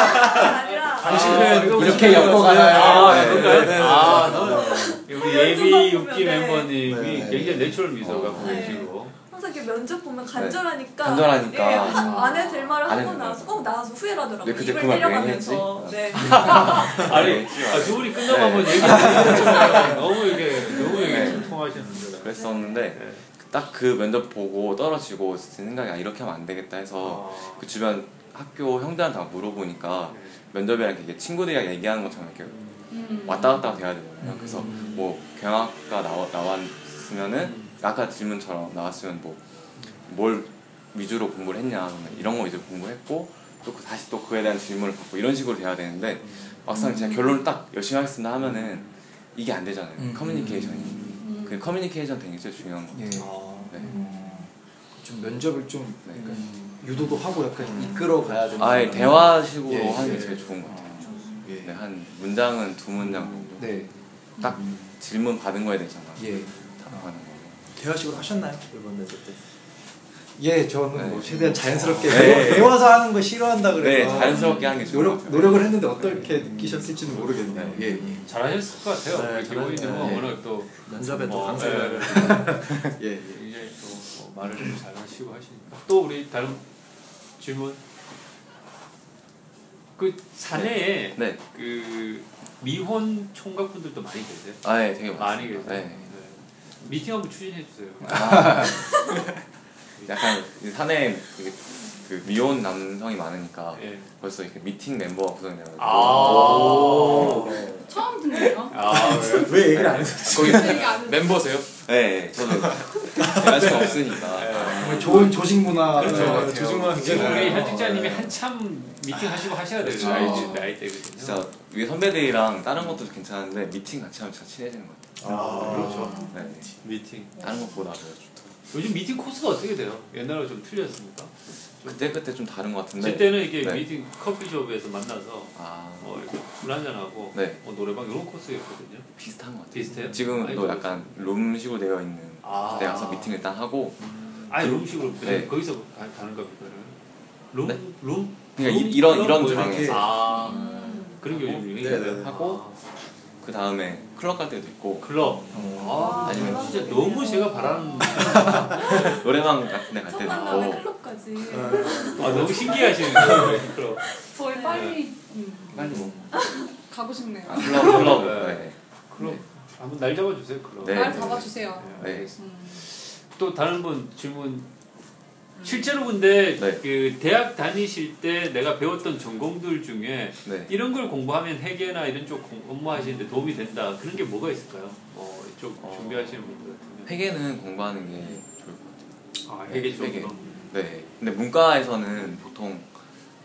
Speaker 7: 아니라
Speaker 1: 아, 이거 무슨
Speaker 6: 이렇게 엮어
Speaker 1: 아,
Speaker 6: 가나요?
Speaker 1: 네, 네, 네. 아, 네. 우리 예비
Speaker 7: 연습만 네.
Speaker 1: 육기
Speaker 7: 보면,
Speaker 1: 멤버님이
Speaker 10: 네. 네.
Speaker 1: 굉장히 내추럴 미소가
Speaker 5: 어.
Speaker 1: 보이시고.
Speaker 7: 항상 이렇게 면접 보면 간절하니까
Speaker 5: 간절하니까.
Speaker 7: 예, 안 해도 될 말을
Speaker 5: 안 해도
Speaker 7: 하고
Speaker 5: 될
Speaker 7: 나서 꼭 나와서 후회하더라고요.
Speaker 5: 네, 그때
Speaker 7: 입을
Speaker 5: 그만
Speaker 7: 때려가면서.
Speaker 5: 얘기했지.
Speaker 7: 네.
Speaker 1: 아니, 아, 두 분이 끝나고 한번 얘기해주세요. 너무 이게, 너무 이게
Speaker 5: 네.
Speaker 1: 통통하시는데.
Speaker 5: 그랬었는데
Speaker 1: 네.
Speaker 5: 딱 그 면접 보고 떨어지고 제 생각이 아, 이렇게 하면 안 되겠다 해서
Speaker 1: 아,
Speaker 5: 그 주변 학교 형들한테 막 물어보니까
Speaker 1: 네.
Speaker 5: 면접이랑 이게 친구들이랑 얘기하는 것처럼 이렇게
Speaker 2: 음.
Speaker 5: 왔다 갔다 돼야 되잖아요. 그래서
Speaker 6: 음.
Speaker 5: 뭐 경영학과 나와, 나왔으면은 아까 질문처럼 나왔으면 뭐 뭘 위주로 공부를 했냐 하면 이런 거 위주로 공부했고 또 그- 다시 또 그에 대한 질문을 받고 이런 식으로 돼야 되는데
Speaker 6: 음.
Speaker 5: 막상 제가 결론을 딱 열심히 하겠습니다 하면은 이게 안 되잖아요.
Speaker 6: 음.
Speaker 5: 커뮤니케이션이.
Speaker 2: 음.
Speaker 5: 그 커뮤니케이션 되는 게 제일 중요한 거.
Speaker 6: 예.
Speaker 1: 아,
Speaker 5: 네.
Speaker 6: 어, 좀 면접을 좀
Speaker 5: 네.
Speaker 6: 음, 유도도 하고 약간 이끌어 가야 되는
Speaker 5: 아예 대화식으로
Speaker 6: 예,
Speaker 5: 하는 게
Speaker 6: 예.
Speaker 5: 제일 좋은 것 같아요.
Speaker 6: 예.
Speaker 5: 네, 한 문장은 두 문장 정도.
Speaker 6: 네.
Speaker 5: 딱 질문 받은 거에 대해서
Speaker 6: 예.
Speaker 5: 답하는 거.
Speaker 10: 대화식으로 하셨나요? 이번 면접 때?
Speaker 6: 예, 저는 뭐
Speaker 5: 네.
Speaker 6: 최대한 자연스럽게
Speaker 5: 네.
Speaker 6: 네. 배워서 하는 거 싫어한다
Speaker 5: 네,
Speaker 6: 그래서
Speaker 5: 자연스럽게 하는 게 좋은 것
Speaker 6: 노력
Speaker 5: 같아요.
Speaker 6: 노력을 했는데 어떻게 느끼셨을지는 네. 모르겠네요. 예, 예.
Speaker 1: 잘하셨을 것 같아요.
Speaker 10: 네,
Speaker 1: 우리 기본이님은
Speaker 10: 잘하셨네요.
Speaker 1: 워낙 또.
Speaker 10: 면접에 또
Speaker 1: 뭐,
Speaker 10: 강세를
Speaker 1: 예,
Speaker 6: 예, 예.
Speaker 1: 굉장히 또 뭐, 말을 좀 잘하시고 하시니까. 또 우리 다른 질문. 그 사내에
Speaker 5: 네.
Speaker 1: 그 미혼 총각분들도 많이 계세요.
Speaker 5: 아예 되게
Speaker 1: 많이
Speaker 5: 많습니다.
Speaker 1: 계세요.
Speaker 5: 네.
Speaker 1: 네. 미팅 한번 추진해 주세요.
Speaker 5: 아, 예. 약간 이 산에 이게 그 미혼 남성이 많으니까
Speaker 1: 예.
Speaker 5: 벌써 이렇게 미팅 멤버가 구성돼가지고
Speaker 6: 아.
Speaker 1: 아.
Speaker 2: 처음 듣네요.
Speaker 1: 아, 그래요?
Speaker 10: 왜 얘기를 안 했어요?
Speaker 8: 거기
Speaker 2: 얘기 안 해도
Speaker 8: 멤버세요?
Speaker 5: 네, 네, 저도 여자친구 없으니까
Speaker 1: 네.
Speaker 6: 정말 좋은 조직 문화
Speaker 10: 네,
Speaker 6: 그렇죠.
Speaker 10: 조직문화
Speaker 1: 지금
Speaker 10: 굉장히
Speaker 1: 우리
Speaker 10: 많아요.
Speaker 1: 현직자님이 한참 미팅하시고 하셔야 네. 돼요.
Speaker 5: 그렇죠.
Speaker 1: 나이, 나이 때거든요.
Speaker 5: 진짜 위에 선배들이랑 다른 것도 괜찮은데 미팅 같이 하면 진짜 친해지는 것
Speaker 10: 아,
Speaker 1: 그렇죠.
Speaker 5: 같아요. 네,
Speaker 1: 미팅.
Speaker 5: 다른 것보다 그래도
Speaker 1: 요즘 미팅 코스가 어떻게 돼요? 옛날하고 좀 틀렸습니까?
Speaker 5: 그때 그때 좀 다른 것 같은데.
Speaker 1: 제 때는 이게
Speaker 5: 네.
Speaker 1: 미팅 커피숍에서 만나서
Speaker 5: 아
Speaker 1: 뭐 이렇게 술 한잔하고
Speaker 5: 네.
Speaker 1: 뭐 노래방 이런 코스였거든요.
Speaker 5: 비슷한 것 같아요.
Speaker 1: 비슷해요? 그
Speaker 5: 지금은 또
Speaker 1: 아이고.
Speaker 5: 약간 룸식으로 되어 있는
Speaker 1: 아.
Speaker 5: 데 가서 미팅 일단 하고
Speaker 1: 아예 룸식으로 그냥
Speaker 5: 네.
Speaker 1: 거기서 가- 가는 겁니까? 그러면? 룸?
Speaker 5: 네.
Speaker 1: 룸?
Speaker 5: 그러니까
Speaker 1: 룸?
Speaker 5: 이, 런 이런
Speaker 1: 거
Speaker 5: 방에서
Speaker 1: 아 그런 게 요즘
Speaker 10: 네네.
Speaker 1: 유행이에요.
Speaker 5: 하고. 그 다음에 클럽 갈 때도 있고
Speaker 1: 클럽. 아,
Speaker 5: 아니면
Speaker 1: 진짜 너무 제가 바라는
Speaker 5: 노래방 같은 데 갈
Speaker 7: 첫
Speaker 5: 때도
Speaker 7: 만남에
Speaker 5: 있고
Speaker 7: 클럽까지.
Speaker 1: 아 너무 신기하시는 거예요. 클럽.
Speaker 7: 네.
Speaker 2: 저희 네, 빨리 음,
Speaker 5: 빨리 뭐
Speaker 2: 가고 싶네요.
Speaker 5: 아, 클럽
Speaker 1: 네.
Speaker 5: 클럽 네.
Speaker 1: 클럽 한번 날 잡아주세요. 클럽.
Speaker 5: 네.
Speaker 2: 날 잡아주세요.
Speaker 1: 네.
Speaker 5: 네.
Speaker 2: 음.
Speaker 1: 또 다른 분 질문. 실제로 근데
Speaker 5: 네.
Speaker 1: 그 대학 다니실 때 내가 배웠던 전공들 중에
Speaker 5: 네.
Speaker 1: 이런 걸 공부하면 회계나 이런 쪽 공- 업무하시는데 도움이 된다 그런 게 뭐가 있을까요? 뭐 이쪽
Speaker 5: 어.
Speaker 1: 준비하시는 분들 같으면
Speaker 5: 회계는 공부하는 게 좋을 것 같아요.
Speaker 1: 아, 회계 쪽으로
Speaker 5: 회계. 네. 근데 문과에서는 보통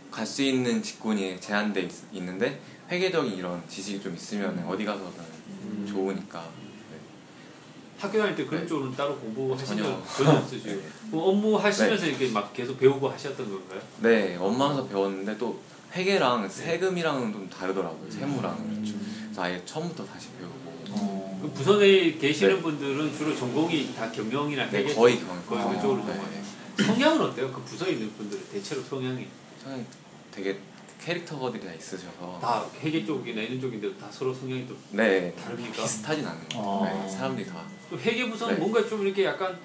Speaker 5: 갈 수 있는 직군이 제한돼 있, 는데 회계적인 이런 지식이 좀 있으면 어디 가서든 음. 좋으니까
Speaker 1: 학교 다닐 때 그런
Speaker 5: 네.
Speaker 1: 쪽으로는 따로 공부하신
Speaker 5: 전혀.
Speaker 1: 적 전혀 없으시고
Speaker 5: 네.
Speaker 1: 그럼 업무 하시면서 이렇게 막 계속 배우고 하셨던 건가요?
Speaker 5: 네 엄마에서 배웠는데 또 회계랑 세금이랑은 좀 다르더라고요 세무랑 그래서 아예 처음부터 다시 배우고
Speaker 6: 어.
Speaker 1: 그 부산에 계시는
Speaker 5: 음. 네.
Speaker 1: 분들은 주로 전공이 다 경영이나
Speaker 5: 네,
Speaker 1: 회계
Speaker 5: 거의 경영
Speaker 1: 아, 거의
Speaker 5: 아,
Speaker 1: 그쪽으로
Speaker 5: 네.
Speaker 1: 넘어가요. 성향은 어때요? 그 부서에 있는 분들은 대체로 성향이
Speaker 5: 저는 되게 캐릭터들이 다 있으셔서
Speaker 1: 다 회계 쪽이나 이런 쪽인데도 다 서로 성향이 또
Speaker 5: 네
Speaker 1: 다릅니까?
Speaker 5: 비슷하진 않은 것 같아요 네, 사람들이 다
Speaker 1: 또 회계 부서는
Speaker 5: 네.
Speaker 1: 뭔가 좀 이렇게 약간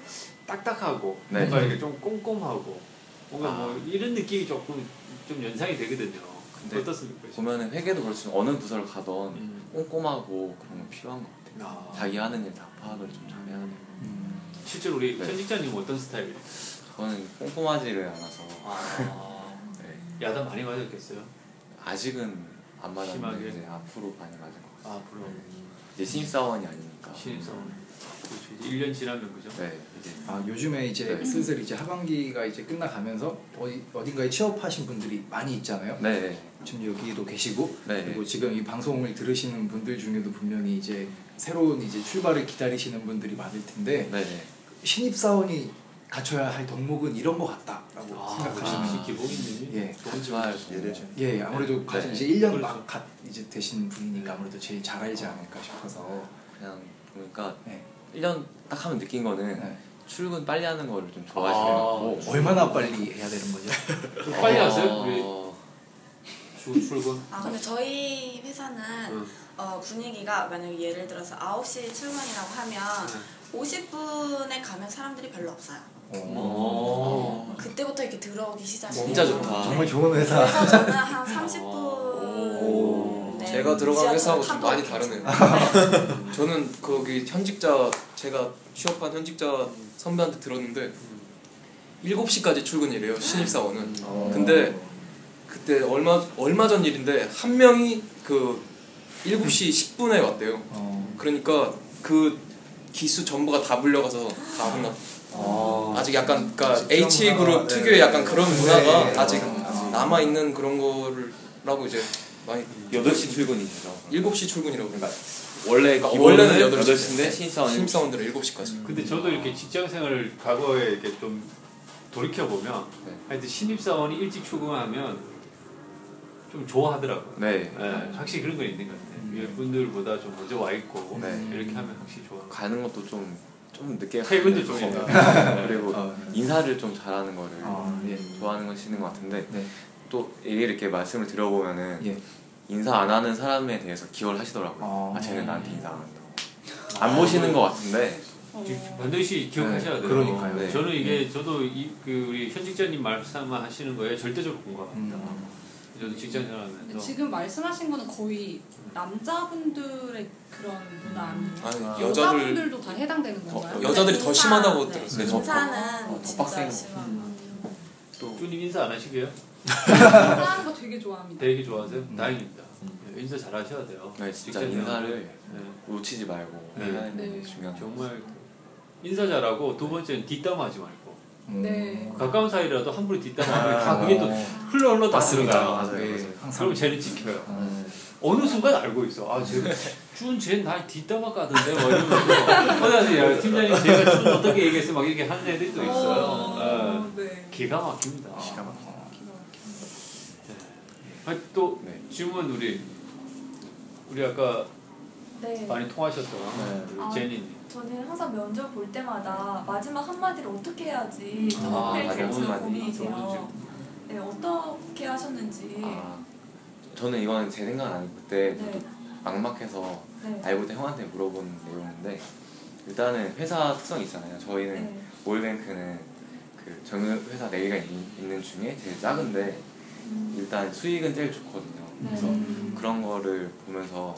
Speaker 1: 딱딱하고
Speaker 5: 네.
Speaker 1: 뭔가 이렇게 좀 꼼꼼하고 뭔가
Speaker 5: 아.
Speaker 1: 뭐 이런 느낌이 조금 좀 연상이 되거든요.
Speaker 5: 근데
Speaker 1: 어떻습니까?
Speaker 5: 보면은 회계도 그렇지만 어느 부서를 가던
Speaker 1: 음.
Speaker 5: 꼼꼼하고 그런 건 필요한 것 같아요
Speaker 1: 아.
Speaker 5: 자기 하는 일 다 파악을 좀 잘해야 돼요
Speaker 1: 실제로 우리
Speaker 5: 네.
Speaker 1: 현직자님 어떤 스타일이에요?
Speaker 5: 저는 꼼꼼하지를 않아서
Speaker 1: 아,
Speaker 5: 네,
Speaker 1: 야단 많이 맞았겠어요.
Speaker 5: 아직은 안
Speaker 1: 심하게?
Speaker 5: 맞았는데 이제 앞으로 많이 맞을 것 같아요
Speaker 1: 아, 부러워.
Speaker 5: 이제 신입사원이 아니니까
Speaker 1: 신입사원. 그렇죠. 이제 1년 지나면 그죠?
Speaker 5: 네 이제
Speaker 6: 아, 요즘에 이제
Speaker 5: 네.
Speaker 6: 슬슬 이제 하반기가 이제 끝나가면서 어디 어딘가에 취업하신 분들이 많이 있잖아요.
Speaker 5: 네
Speaker 6: 지금 여기도 계시고
Speaker 5: 네.
Speaker 6: 그리고 지금 이 방송을 들으시는 분들 중에도 분명히 이제 새로운 이제 출발을 기다리시는 분들이 많을 텐데
Speaker 5: 네, 네.
Speaker 6: 신입 사원이 갖춰야 할 덕목은 이런 것 같다라고 생각하시는
Speaker 1: 아, 기본이네.
Speaker 6: 예.
Speaker 5: 좋지 말
Speaker 6: 예, 아무래도 가-
Speaker 5: 네.
Speaker 6: 이제 1년
Speaker 1: 그렇죠.
Speaker 6: 막갓 이제 되신 분이니까 아무래도 제일 잘 알지 않을까 싶어서
Speaker 5: 그냥 보니까
Speaker 6: 네.
Speaker 5: 1년 딱 하면 느낀 거는
Speaker 6: 네.
Speaker 5: 출근 빨리 하는 거를 좀 좋아하시는 것 같고
Speaker 6: 어, 얼마나 빨리 해야 되는 거죠?
Speaker 1: 좀 어, 빨리 하세요.
Speaker 5: 어,
Speaker 1: 우리 주- 출근.
Speaker 4: 아 근데 저희 회사는
Speaker 1: 응.
Speaker 4: 어, 분위기가 만약에 예를 들어서 9시 출근이라고 하면 50분에 가면 사람들이 별로 없어요.
Speaker 1: 어. 아.
Speaker 4: 그때부터 이렇게 들어오기 시작해요.
Speaker 5: 진짜 좋다.
Speaker 6: 정말 좋은 회사.
Speaker 4: 그래서 저는 한 네.
Speaker 1: 오.
Speaker 4: 30분.
Speaker 8: 제가 들어간 회사하고 좀 많이 다르네요. 저는 거기 현직자 제가 취업한 현직자 선배한테 들었는데 7시까지 출근이래요 신입사원은.
Speaker 1: 어.
Speaker 8: 근데 그때 얼마 얼마 전 일인데 한 명이 그 7시 10분에 왔대요.
Speaker 6: 어.
Speaker 8: 그러니까 그 기수 전부가 다 불려가서 다 끝났. 아직 약간 그러니까 H 그룹
Speaker 10: 네.
Speaker 8: 특유의 약간 그런 문화가
Speaker 6: 네.
Speaker 8: 아직
Speaker 6: 아.
Speaker 8: 남아 있는 그런 거를 라고 이제 많이
Speaker 5: 8시 출근이시죠
Speaker 8: 7시 출근이라고 그러니까
Speaker 5: 원래
Speaker 8: 그러니까
Speaker 5: 기본은
Speaker 8: 원래는
Speaker 5: 8시
Speaker 8: 8시 인데
Speaker 5: 인데 신입사원이
Speaker 8: 신입사원들은 7시까지.
Speaker 1: 근데 저도 이렇게 직장 생활을 과거에 이렇게 좀 돌이켜 보면
Speaker 5: 네.
Speaker 1: 하여튼 신입 사원이 일찍 출근하면 좀 좋아하더라고요.
Speaker 5: 네
Speaker 1: 예, 확실히 그런 건 있는 것 같아요. 위에 분들보다 좀 먼저 와 있고
Speaker 5: 네.
Speaker 1: 이렇게 하면 확실히 좋아.
Speaker 5: 가는 것도 좀, 좀 늦게
Speaker 1: 퇴근도
Speaker 5: 가는
Speaker 1: 좀 아, 네.
Speaker 5: 거.
Speaker 1: 있다.
Speaker 5: 그리고
Speaker 6: 어.
Speaker 5: 인사를 좀 잘하는 거를
Speaker 6: 아,
Speaker 1: 네.
Speaker 6: 예.
Speaker 1: 음.
Speaker 5: 좋아하는 건 싫은 것 같은데
Speaker 6: 네.
Speaker 5: 또 얘기 이렇게 말씀을 들어보면은
Speaker 6: 예.
Speaker 5: 인사 안 하는 사람에 대해서 기여를 하시더라고요
Speaker 6: 아.
Speaker 5: 아, 쟤는 나한테 인사 안 한다
Speaker 1: 아.
Speaker 5: 안 보시는 것 같은데
Speaker 2: 어. 음.
Speaker 1: 지금 반드시 기억하셔야 돼요.
Speaker 6: 그러니까요.
Speaker 5: 네.
Speaker 1: 저는 이게 저도 이, 그 우리 현직자님 말씀만 하시는 거에 절대적으로 공감합니다.
Speaker 6: 음.
Speaker 1: 저도 직장 생활하면서
Speaker 2: 지금 말씀하신 거는 거의 남자분들의 그런 문화 아니에요?
Speaker 8: 아니 여자들
Speaker 2: 여자분들도 다 해당되는 건가요?
Speaker 8: 여자들이 더 심하다고
Speaker 4: 네,
Speaker 8: 들었어요.
Speaker 4: 인사는
Speaker 5: 더
Speaker 4: 진짜
Speaker 5: 빡세요.
Speaker 4: 심한
Speaker 2: 음.
Speaker 4: 것 같아요.
Speaker 1: 쭈님 인사 안 하시게요?
Speaker 2: 싸는 거 되게 좋아합니다.
Speaker 1: 되게 좋아하세요? 다행입니다. 예, 인사 잘 하셔야 돼요.
Speaker 5: 네, 진짜
Speaker 1: 직장 생활.
Speaker 5: 인사를
Speaker 1: 네.
Speaker 5: 놓치지 말고
Speaker 1: 네.
Speaker 5: 해야 하는
Speaker 2: 네.
Speaker 5: 게 중요한 것 같아요.
Speaker 1: 정말 인사 잘하고 두 번째는 뒷담화하지 말고
Speaker 6: 음.
Speaker 2: 네.
Speaker 1: 가까운 사이라도 함부로 뒷담화하면 다 아, 그게
Speaker 6: 어.
Speaker 1: 또 흘러 흘러 다 들어가요.
Speaker 5: 맞아요.
Speaker 6: 네.
Speaker 5: 맞아요.
Speaker 1: 그럼
Speaker 6: 항상
Speaker 1: 쟤는 지켜요.
Speaker 6: 음.
Speaker 1: 어느 순간 알고 있어. 아, 쟤, 쭌쟤 나 뒷담화 까던데? 막 이러면서. 어디 야 팀장님 제가 쭌 어떻게 얘기했어? 막 이렇게 하는 애들이 또 있어요.
Speaker 2: 어, 네.
Speaker 1: 예. 기가 막힙니다.
Speaker 6: 기가 막히네요.
Speaker 1: 아, 또
Speaker 5: 네.
Speaker 1: 질문 우리 우리 아까
Speaker 7: 네.
Speaker 1: 많이 통하셨던 우리
Speaker 7: 아.
Speaker 1: 제니님.
Speaker 7: 저는 항상 면접 볼 때마다 마지막 한마디를 어떻게 해야지 좀
Speaker 5: 아,
Speaker 7: 어필 될지
Speaker 5: 마지막 한마디.
Speaker 7: 고민이
Speaker 1: 저는
Speaker 7: 돼요. 네, 어떻게
Speaker 2: 예.
Speaker 7: 하셨는지.
Speaker 5: 아, 저는 이건 제 생각은 아니고 그때
Speaker 7: 네.
Speaker 5: 막막해서
Speaker 7: 네.
Speaker 5: 알고 때 형한테 물어본 내용인데 일단은 회사 특성이 있잖아요. 저희는
Speaker 7: 네.
Speaker 5: 모일뱅크는 그 정유 회사 네 개가 있- 있는 중에 제일 작은데
Speaker 2: 음.
Speaker 7: 네.
Speaker 5: 일단 수익은 제일 좋거든요. 음.
Speaker 2: 네.
Speaker 5: 그래서 그런 거를 보면서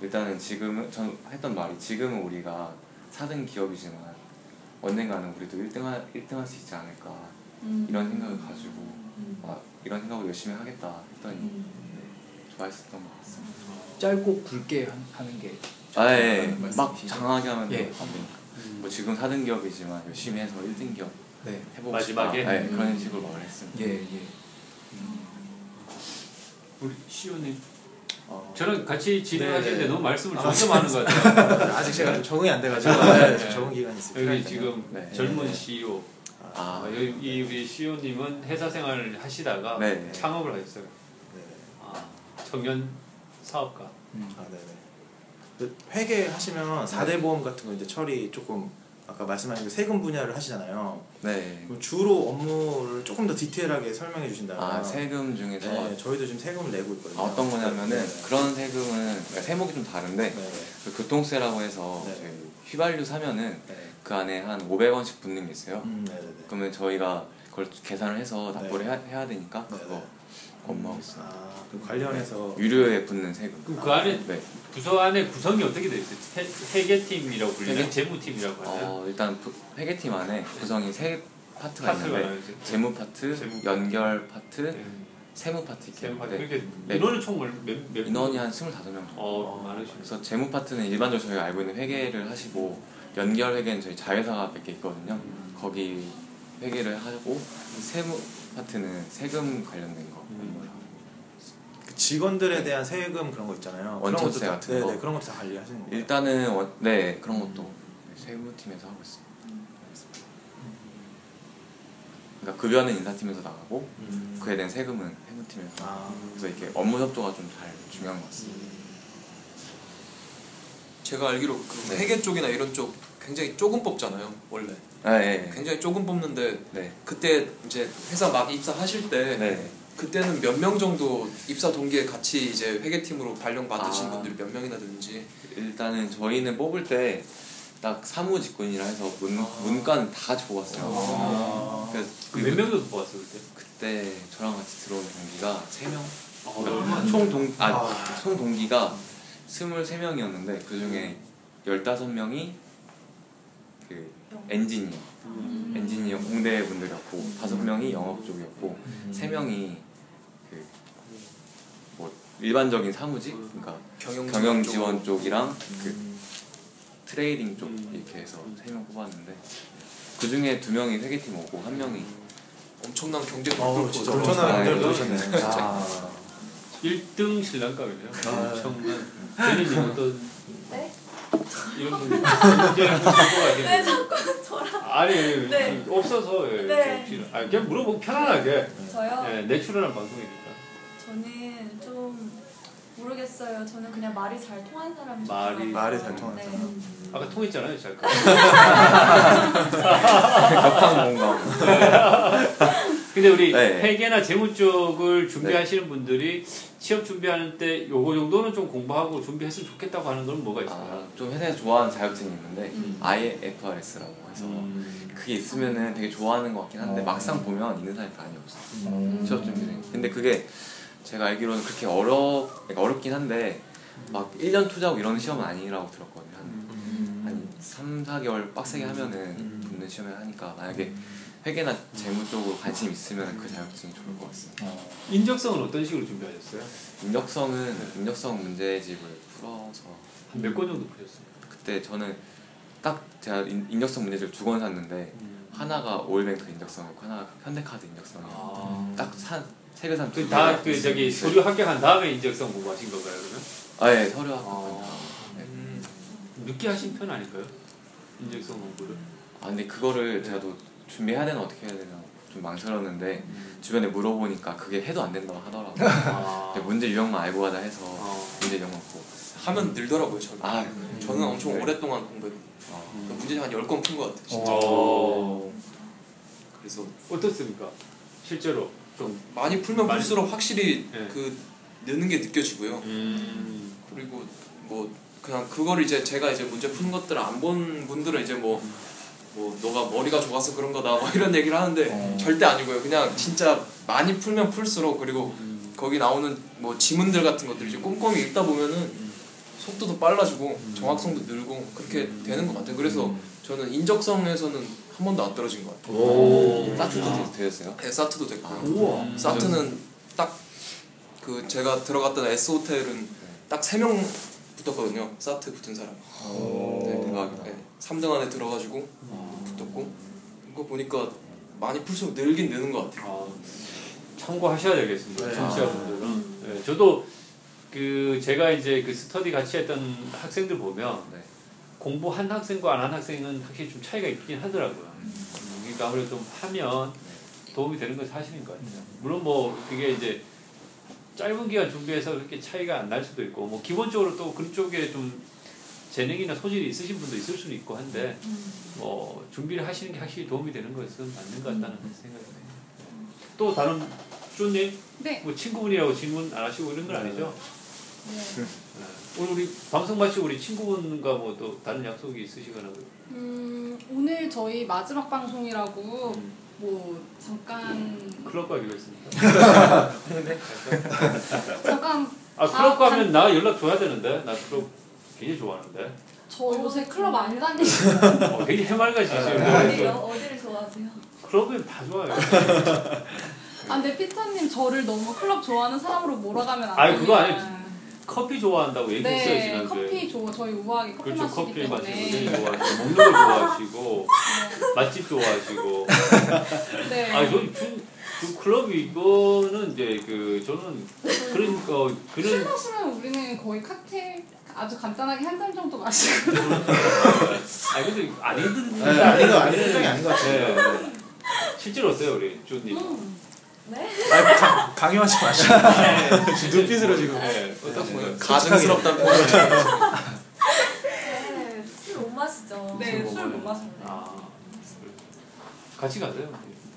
Speaker 5: 일단은 지금은 전 했던 말이 지금은 우리가 4등 기업이지만 언젠가는 우리도 1등 할, 1등 할 수 있지 않을까
Speaker 7: 음.
Speaker 5: 이런 생각을 가지고 아, 이런 생각을 열심히 하겠다 했더니
Speaker 7: 음.
Speaker 5: 네, 좋아했었던 것 같습니다.
Speaker 6: 짧고 굵게 한- 하는 게
Speaker 5: 아예
Speaker 6: 좋다는
Speaker 5: 막
Speaker 6: 말씀이시죠?
Speaker 5: 장하게 하면
Speaker 6: 예.
Speaker 5: 예.
Speaker 1: 음.
Speaker 5: 뭐 지금 4등 기업이지만 열심히 해서 1등 기업
Speaker 6: 네.
Speaker 5: 해보고
Speaker 1: 마지막에? 음.
Speaker 5: 싶다. 예, 그런 식으로 말을 했습니다.
Speaker 6: 예, 예.
Speaker 1: 우리 시오님.
Speaker 2: 어.
Speaker 1: 저랑 같이 진행하시는데
Speaker 6: 네.
Speaker 1: 너무 말씀을
Speaker 6: 아,
Speaker 1: 점점 하는 것 같아요.
Speaker 6: 아직 제가 좀 적응이 안 돼가지고
Speaker 1: 네.
Speaker 6: 좀 적응 기간이 있습니다.
Speaker 1: 여기 지금
Speaker 5: 네.
Speaker 1: 젊은 CEO, 아,
Speaker 5: 아,
Speaker 1: 여기 이 우리 CEO님은 회사 생활을 하시다가
Speaker 5: 네.
Speaker 1: 창업을 하셨어요.
Speaker 6: 네.
Speaker 1: 아, 청년 사업가.
Speaker 6: 아, 네네. 그 회계 하시면 4대 보험 같은 거 이제 처리 조금 아까 말씀하신 그 세금 분야를 하시잖아요.
Speaker 5: 네.
Speaker 6: 그럼 주로 업무를 조금 더 디테일하게 설명해 주신다면
Speaker 5: 아, 세금 중에서
Speaker 6: 네, 저희도 지금 세금을 내고 있거든요.
Speaker 5: 아, 어떤 거냐면은
Speaker 6: 네.
Speaker 5: 그런 세금은 그러니까 세목이 좀 다른데
Speaker 6: 네.
Speaker 5: 그 교통세라고 해서
Speaker 6: 네.
Speaker 5: 저희 휘발유 사면은
Speaker 6: 네.
Speaker 5: 그 안에 한 500원씩 붙는 게 있어요.
Speaker 6: 음, 네, 네, 네.
Speaker 5: 그러면 저희가 그걸 계산을 해서 납부를
Speaker 6: 네.
Speaker 5: 해야, 해야 되니까
Speaker 6: 네,
Speaker 5: 그거
Speaker 6: 네.
Speaker 5: 업무하고 있어요.
Speaker 6: 아, 그 관련해서
Speaker 5: 유료에 붙는 세금.
Speaker 1: 그럼
Speaker 2: 아.
Speaker 1: 그 안에
Speaker 5: 네.
Speaker 1: 부서 안에 구성이 어떻게 되어 있어요? 회- 회계팀이라고 불리나요?
Speaker 5: 회계?
Speaker 1: 재무팀이라고 하나요?
Speaker 5: 어, 일단 부- 회계팀 안에 구성이 세 파트가
Speaker 1: 파트가
Speaker 2: 네.
Speaker 5: 있는데
Speaker 1: 나눠져 있어요.
Speaker 5: 재무 파트,
Speaker 1: 재무
Speaker 5: 연결 파트,
Speaker 1: 네.
Speaker 5: 세무 파트 이렇게
Speaker 1: 재무 파트.
Speaker 5: 있는데
Speaker 1: 그게
Speaker 5: 네.
Speaker 1: 인원은 총몇몇
Speaker 5: 인원이 한 25명 정도.
Speaker 1: 어, 많으시네.
Speaker 5: 그래서 재무 파트는 일반적으로 저희가 알고 있는 회계를 하시고 연결 회계는 저희 자회사가 몇 개 있거든요. 거기 회계를 하고 세무 파트는 세금 관련된 거.
Speaker 6: 그 직원들에 대한 세금 그런 거 있잖아요. 그런 것도
Speaker 5: 원천세
Speaker 6: 다-
Speaker 5: 같은
Speaker 6: 네,
Speaker 5: 거.
Speaker 6: 네, 그런 것도 다 관리하시는 거예요.
Speaker 5: 일단은 원- 네 그런 것도 세무팀에서 하고 있어요. 그러니까 급여는 인사팀에서 나가고
Speaker 6: 음.
Speaker 5: 그에 대한 세금은 세무팀에서.
Speaker 6: 아,
Speaker 5: 그래서 이렇게 업무 협조가 좀 잘 중요한 것 같습니다.
Speaker 2: 제가 알기로 그
Speaker 5: 네.
Speaker 2: 회계 쪽이나 이런 쪽 굉장히 조금 뽑잖아요 원래
Speaker 5: 아, 예, 예.
Speaker 2: 굉장히 조금 뽑는데
Speaker 5: 네.
Speaker 2: 그때 이제 회사 막 입사하실 때
Speaker 5: 네.
Speaker 2: 그때는 몇 명 정도 입사 동기에 같이 이제 회계팀으로 발령 받으신
Speaker 5: 아.
Speaker 2: 분들이 몇 명이나 되는지
Speaker 5: 일단은 저희는 뽑을 때 딱 사무직군이라 해서 문, 문과는 다 좋았어요.
Speaker 6: 아.
Speaker 5: 그래서
Speaker 1: 그몇 명도 보았어 그때?
Speaker 5: 그때 저랑 같이 들어온 동기가 3명?
Speaker 1: 어,
Speaker 5: 총, 동, 아,
Speaker 6: 아.
Speaker 5: 총 동기가 23명이었는데 그 중에 15명이 그 엔지니어,
Speaker 1: 음.
Speaker 5: 엔지니어 공대 분들이었고 5명이
Speaker 1: 아.
Speaker 5: 영업 쪽이었고 3명이 그 뭐 일반적인 사무직? 그러니까
Speaker 2: 경영 쪽으로.
Speaker 5: 경영 지원 쪽이랑 그 트레이딩 쪽 이렇게 해서 세 명 뽑았는데 그 중에 두 명이 회계팀 오고 한 명이
Speaker 2: 엄청난 경제
Speaker 6: 어우,
Speaker 1: 그렇죠.
Speaker 2: 불
Speaker 6: 진짜
Speaker 2: 죠
Speaker 6: 엄청난
Speaker 5: 아,
Speaker 6: 분들
Speaker 5: 네.
Speaker 6: 보셨네. 아.
Speaker 1: 1등 신랑감이네요.
Speaker 6: 아.
Speaker 1: 정말. 대리님 어떤
Speaker 4: 네?
Speaker 1: 이런 분이 굉장히
Speaker 4: 네,
Speaker 1: 궁금하시네요.
Speaker 4: 자꾸 저랑
Speaker 1: 아니 예,
Speaker 4: 네.
Speaker 1: 없어서 예,
Speaker 4: 네.
Speaker 1: 혹시나. 아니, 그냥 물어보고 편안하게
Speaker 4: 저요?
Speaker 1: 예, 내추럴한 방송이니까
Speaker 4: 저는 좀 모르겠어요. 저는 그냥 말이 잘 통하는 사람이
Speaker 1: 말이-
Speaker 7: 네.
Speaker 4: 좋아요.
Speaker 6: 말이 잘 통하는 사람.
Speaker 1: 아까 통했잖아요 잠깐
Speaker 5: 격한 공감.
Speaker 1: 근데 우리
Speaker 5: 네.
Speaker 1: 회계나 재무 쪽을 준비하시는 분들이 취업 준비하는 때 요거 정도는 좀 공부하고 준비했으면 좋겠다고 하는 건 뭐가 있을까요?
Speaker 5: 아, 좀 회사에서 좋아하는 자격증이 있는데
Speaker 1: 음.
Speaker 5: IFRS라고 해서 그게 있으면은 되게 좋아하는 것 같긴 한데
Speaker 6: 어.
Speaker 5: 막상 보면 있는 사람이 많이 없어. 요
Speaker 6: 음.
Speaker 5: 취업 준비생. 근데 그게 제가 알기로는 그렇게 어렵 그러니까 어렵긴 한데 막 1년 투자하고 이런 시험은 아니라고 들었거든요. 한
Speaker 6: 음.
Speaker 5: 한 3, 4개월 빡세게 하면은 붙는 시험을 하니까 만약에 회계나 재무 쪽으로 관심 있으면 그 자격증이 좋을 것 같습니다.
Speaker 6: 아.
Speaker 1: 인적성은 어떤 식으로 준비하셨어요?
Speaker 5: 인력성은 인력성 문제집을 풀어서
Speaker 1: 한 몇 권 정도 보셨어요?
Speaker 5: 그때 저는 딱 제가 인, 인력성 문제집을 두 권 샀는데 하나가 오일뱅크 인력성이고 하나가 현대카드 인력성이
Speaker 1: 아.
Speaker 5: 딱산세개 산. 두
Speaker 1: 그다
Speaker 5: 개를
Speaker 1: 그 저기
Speaker 5: 있어요. 네.
Speaker 1: 서류 합격한 다음에 인적성 공부하신 건가요 그러면?
Speaker 5: 아 예, 서류 학교.
Speaker 1: 늦게 하신 편 아닌가요? 인적성 공부를?
Speaker 5: 아 근데 그거를 제가 또 준비해야 되나 어떻게 해야 되나 좀 망설였는데 주변에 물어보니까 그게 해도 안 된다고 하더라고요.
Speaker 1: 아.
Speaker 5: 근데 문제 유형만 알고 가다 해서
Speaker 2: 아.
Speaker 1: 어.
Speaker 5: 문제 유형만 보고
Speaker 2: 하면 늘더라고요 저는
Speaker 5: 아
Speaker 2: 저는 엄청
Speaker 5: 네.
Speaker 2: 오랫동안 공부했고
Speaker 5: 어,
Speaker 2: 그 문제 한 10권 푼 것 같아요 진짜
Speaker 1: 어.
Speaker 2: 그래서
Speaker 1: 어떻습니까? 실제로 좀
Speaker 2: 많이 풀면
Speaker 1: 많이-
Speaker 2: 풀수록 확실히
Speaker 1: 네.
Speaker 2: 그 느는 게 느껴지고요
Speaker 1: 음.
Speaker 2: 그리고 뭐 그냥 그걸 이제 제가 이제 문제 푸는 것들을 안 본 분들은 이제 뭐 뭐 너가 머리가 좋아서 그런 거다 뭐 이런 얘기를 하는데
Speaker 6: 어.
Speaker 2: 절대 아니고요 그냥 진짜 많이 풀면 풀수록 그리고 거기 나오는 뭐 지문들 같은 것들 이제 꼼꼼히 읽다 보면은 속도도 빨라지고 정확성도 늘고 그렇게 되는 것 같아요 네, 그래서
Speaker 5: 음.
Speaker 2: 저는 인적성에서는 한 번도 안 떨어진 것 같아요
Speaker 1: 오.
Speaker 5: 사트도 되셨어요?
Speaker 2: 네, 사트도 됐고
Speaker 5: 아.
Speaker 1: 우와.
Speaker 2: 사트는 딱 그 제가 들어갔던 S 호텔은 딱 세 명 붙었거든요. 사트 붙은 사람.
Speaker 5: 네, 대박이다.
Speaker 2: 네, 3등 안에 들어가지고 붙었고 그거 보니까 많이 풀수록 늘긴 느는 것 같아요.
Speaker 1: 아, 참고하셔야 되겠습니다.
Speaker 6: 네.
Speaker 1: 청취자분들은. 네, 저도 그 제가 이제 그 스터디 같이 했던 학생들 보면
Speaker 9: 네.
Speaker 1: 공부한 학생과 안 한 학생은 확실히 좀 차이가 있긴 하더라고요. 그러니까 아무래도 좀 하면 도움이 되는 건 사실인 것 같아요. 물론 뭐 그게 이제 짧은 기간 준비해서 그렇게 차이가 안 날 수도 있고 뭐 기본적으로 또 그쪽에 좀 재능이나 소질이 있으신 분도 있을 수는 있고 한데
Speaker 2: 음.
Speaker 1: 뭐 준비를 하시는 게 확실히 도움이 되는 것은 맞는 것 같다는 생각이 해요. 또 다른 쪼님
Speaker 2: 네.
Speaker 1: 뭐 친구분이라고 질문 안 하시고 이런 건 아니죠?
Speaker 2: 네.
Speaker 1: 오늘 우리 방송 마치고 우리 친구분과 뭐 또 다른 약속이 있으시거나 그-
Speaker 2: 음, 오늘 저희 마지막 방송이라고 뭐 잠깐
Speaker 1: 클럽 가기로 했습니다.
Speaker 2: 잠깐
Speaker 1: 아 클럽
Speaker 2: 아,
Speaker 1: 가면 나 연락 줘야 되는데 나 클럽 굉장히 좋아하는데
Speaker 2: 저 요새 클럽 안 다니.
Speaker 1: 어, 굉장히
Speaker 10: 네.
Speaker 7: 어디요?
Speaker 1: 해맑아지시죠.
Speaker 7: 어디를 좋아하세요?
Speaker 1: 클럽은 다 좋아요.
Speaker 2: 아, 근데 피터님 저를 너무 클럽 좋아하는 사람으로 몰아가면 안
Speaker 1: 아니, 그거
Speaker 2: 됩니다.
Speaker 1: 커피 좋아한다고 얘기했어요
Speaker 2: 네,
Speaker 1: 지난주에.
Speaker 2: 커피 좋아. 저희 우아하게 커피
Speaker 1: 그렇죠
Speaker 2: 마시기
Speaker 1: 커피
Speaker 2: 때문에.
Speaker 1: 마시고 굉장히 좋아하시고 먹는 걸 좋아하시고 맛집 좋아하시고
Speaker 2: 네.
Speaker 1: 아, 저는 그, 그 클럽 이거는 이제 그 저는 그런 거
Speaker 2: 술
Speaker 1: 그런
Speaker 2: 마시면 우리는 거의 칵테일 아주 간단하게 한 잔 정도 마시고
Speaker 1: 아니 근데 안 힘든
Speaker 10: 네, 아닌 거 아닌 표정이 아닌 것
Speaker 1: 네.
Speaker 10: 같아요.
Speaker 1: 실제로 어때요 우리 주님?
Speaker 2: 음,
Speaker 7: 음,
Speaker 10: 아니, 강- 강요하지 마시고 눈빛으로 지금.
Speaker 1: 네. 어떤 분?
Speaker 8: 가증스럽다고
Speaker 7: 네, 술 못 마시죠.
Speaker 2: 네, 술 못 마셨네.
Speaker 1: 아 같이 가세요.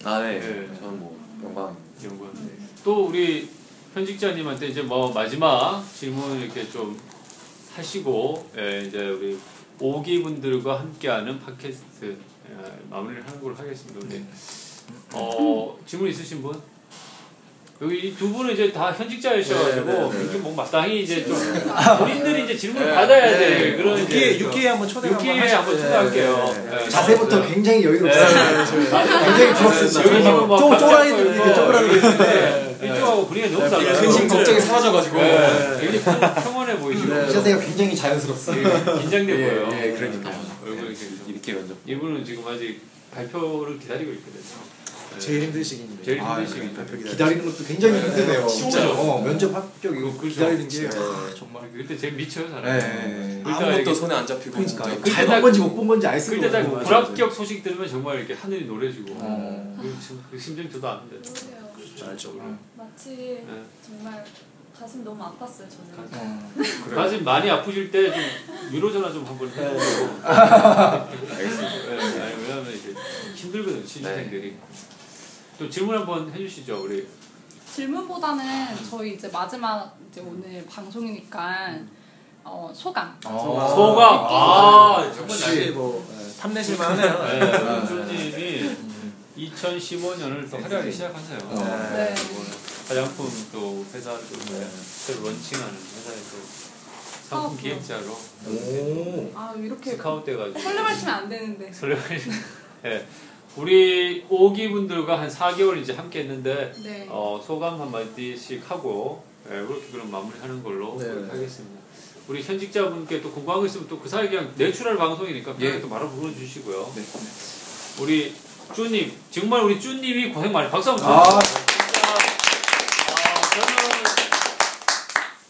Speaker 5: 아, 네.
Speaker 1: 네.
Speaker 5: 저는 뭐 영광.
Speaker 1: 연구원.
Speaker 2: 네.
Speaker 1: 또 우리 현직자님한테 이제 뭐 마지막 질문 이렇게 좀 하시고 예, 이제 우리 오기 분들과 함께하는 팟캐스트 예, 마무리를 하는 걸로 하겠습니다.
Speaker 2: 네.
Speaker 1: 우리 어 질문 있으신 분? 여기 이두 분은 이제 다 현직자이셔가지고
Speaker 10: 네, 네,
Speaker 1: 이렇게 뭐 마땅히 이제 좀 본인들이 이제 질문을 받아야 돼 네, 그런 이제
Speaker 10: 네. 육기에 육기에 한번 초대 한번
Speaker 1: 육기에
Speaker 10: 하시죠.
Speaker 1: 한번 초대할게요.
Speaker 10: 네, 네, 네.
Speaker 1: 예,
Speaker 6: 자세부터
Speaker 1: 네.
Speaker 6: 굉장히 여유롭습니다. 굉장히
Speaker 1: 여기 지금 네. 막
Speaker 6: 좋았습니다. 쪼- 쪼라이들 이렇게 쪼그라들.
Speaker 1: 네. 이쪽하고 분위기가 너무 달라요.
Speaker 8: 근심 걱정이 사라져가지고
Speaker 1: 네. 되게 평- 평온해 보이시고
Speaker 6: 이 자세가
Speaker 1: 네.
Speaker 6: 굉장히 자연스럽습니다.
Speaker 1: 긴장돼 보여요. 네.
Speaker 5: 예, 그러니까요.
Speaker 1: 얼굴이 지금
Speaker 5: 이렇게 면접.
Speaker 1: 이분은 지금 아직 발표를 기다리고 있거든요. 네.
Speaker 10: 제일 힘든 시기인데.
Speaker 1: 제일 힘든
Speaker 10: 아,
Speaker 1: 시기인데.
Speaker 10: 발표 기다리-
Speaker 6: 기다리는 것도 굉장히 힘드네요.
Speaker 8: 진짜요.
Speaker 6: 어, 면접 합격 이거
Speaker 1: 그렇죠.
Speaker 6: 기다리는 게
Speaker 1: 진짜.
Speaker 6: 아, 정말.
Speaker 1: 그때 제일 미쳐요 사람.
Speaker 6: 네.
Speaker 8: 아무것도 손에 안 잡히고
Speaker 6: 그러니까
Speaker 8: 진짜.
Speaker 1: 그때
Speaker 6: 잘본
Speaker 1: 딱-
Speaker 6: 건지 못 본 건지 알 수가
Speaker 1: 그때 딱
Speaker 6: 없고.
Speaker 1: 불합격 소식 들으면 정말 이렇게 하늘이 노래지고
Speaker 6: 어.
Speaker 1: 그, 심- 그 심정 저도 아는데.
Speaker 7: 그러게요.
Speaker 10: 알죠.
Speaker 7: 마치
Speaker 1: 네.
Speaker 7: 정말 가슴 너무 아팠어요 저는.
Speaker 6: 어.
Speaker 1: 사실 많이 아프실 때 좀 위로 전화 좀 한번 해주시고. 알겠습니다. 네, 아니, 왜냐면 이제 힘들거든요 신입생들이. 또 질문 한번 해주시죠 우리.
Speaker 2: 질문보다는 저희 이제 마지막 이제 오늘 방송이니까 어, 소감.
Speaker 6: 어.
Speaker 1: 소감. 아 정말 날
Speaker 10: 혹시 뭐 예, 탐내실만 하네요.
Speaker 1: 조님이 2015년을 또 화려하게 시작하세요. 뭐
Speaker 6: 어.
Speaker 2: 네.
Speaker 1: 화장품 또 회사 또 새로 런칭하는 회사에 또 상품
Speaker 2: 사업부요.
Speaker 1: 기획자로
Speaker 6: 오.
Speaker 2: 아, 이렇게
Speaker 1: 스카웃 돼가지고
Speaker 2: 설레발치면 안 되는데.
Speaker 1: 설레발. 예. 우리 오기 분들과 한 4개월 이제 함께 했는데
Speaker 2: 네.
Speaker 1: 어, 소감 한 마디씩 하고 예, 그렇게 그럼 마무리하는 걸로
Speaker 10: 네.
Speaker 1: 그렇게 하겠습니다. 우리 현직자분께 또 궁금한 거 있으면 또 그 사이 그냥 내추럴 방송이니까 그냥 또 말을 물어주시고요. 우리 쭈님 정말 우리 쭈님이 고생 많이 박수 한번 주세요.
Speaker 6: 아,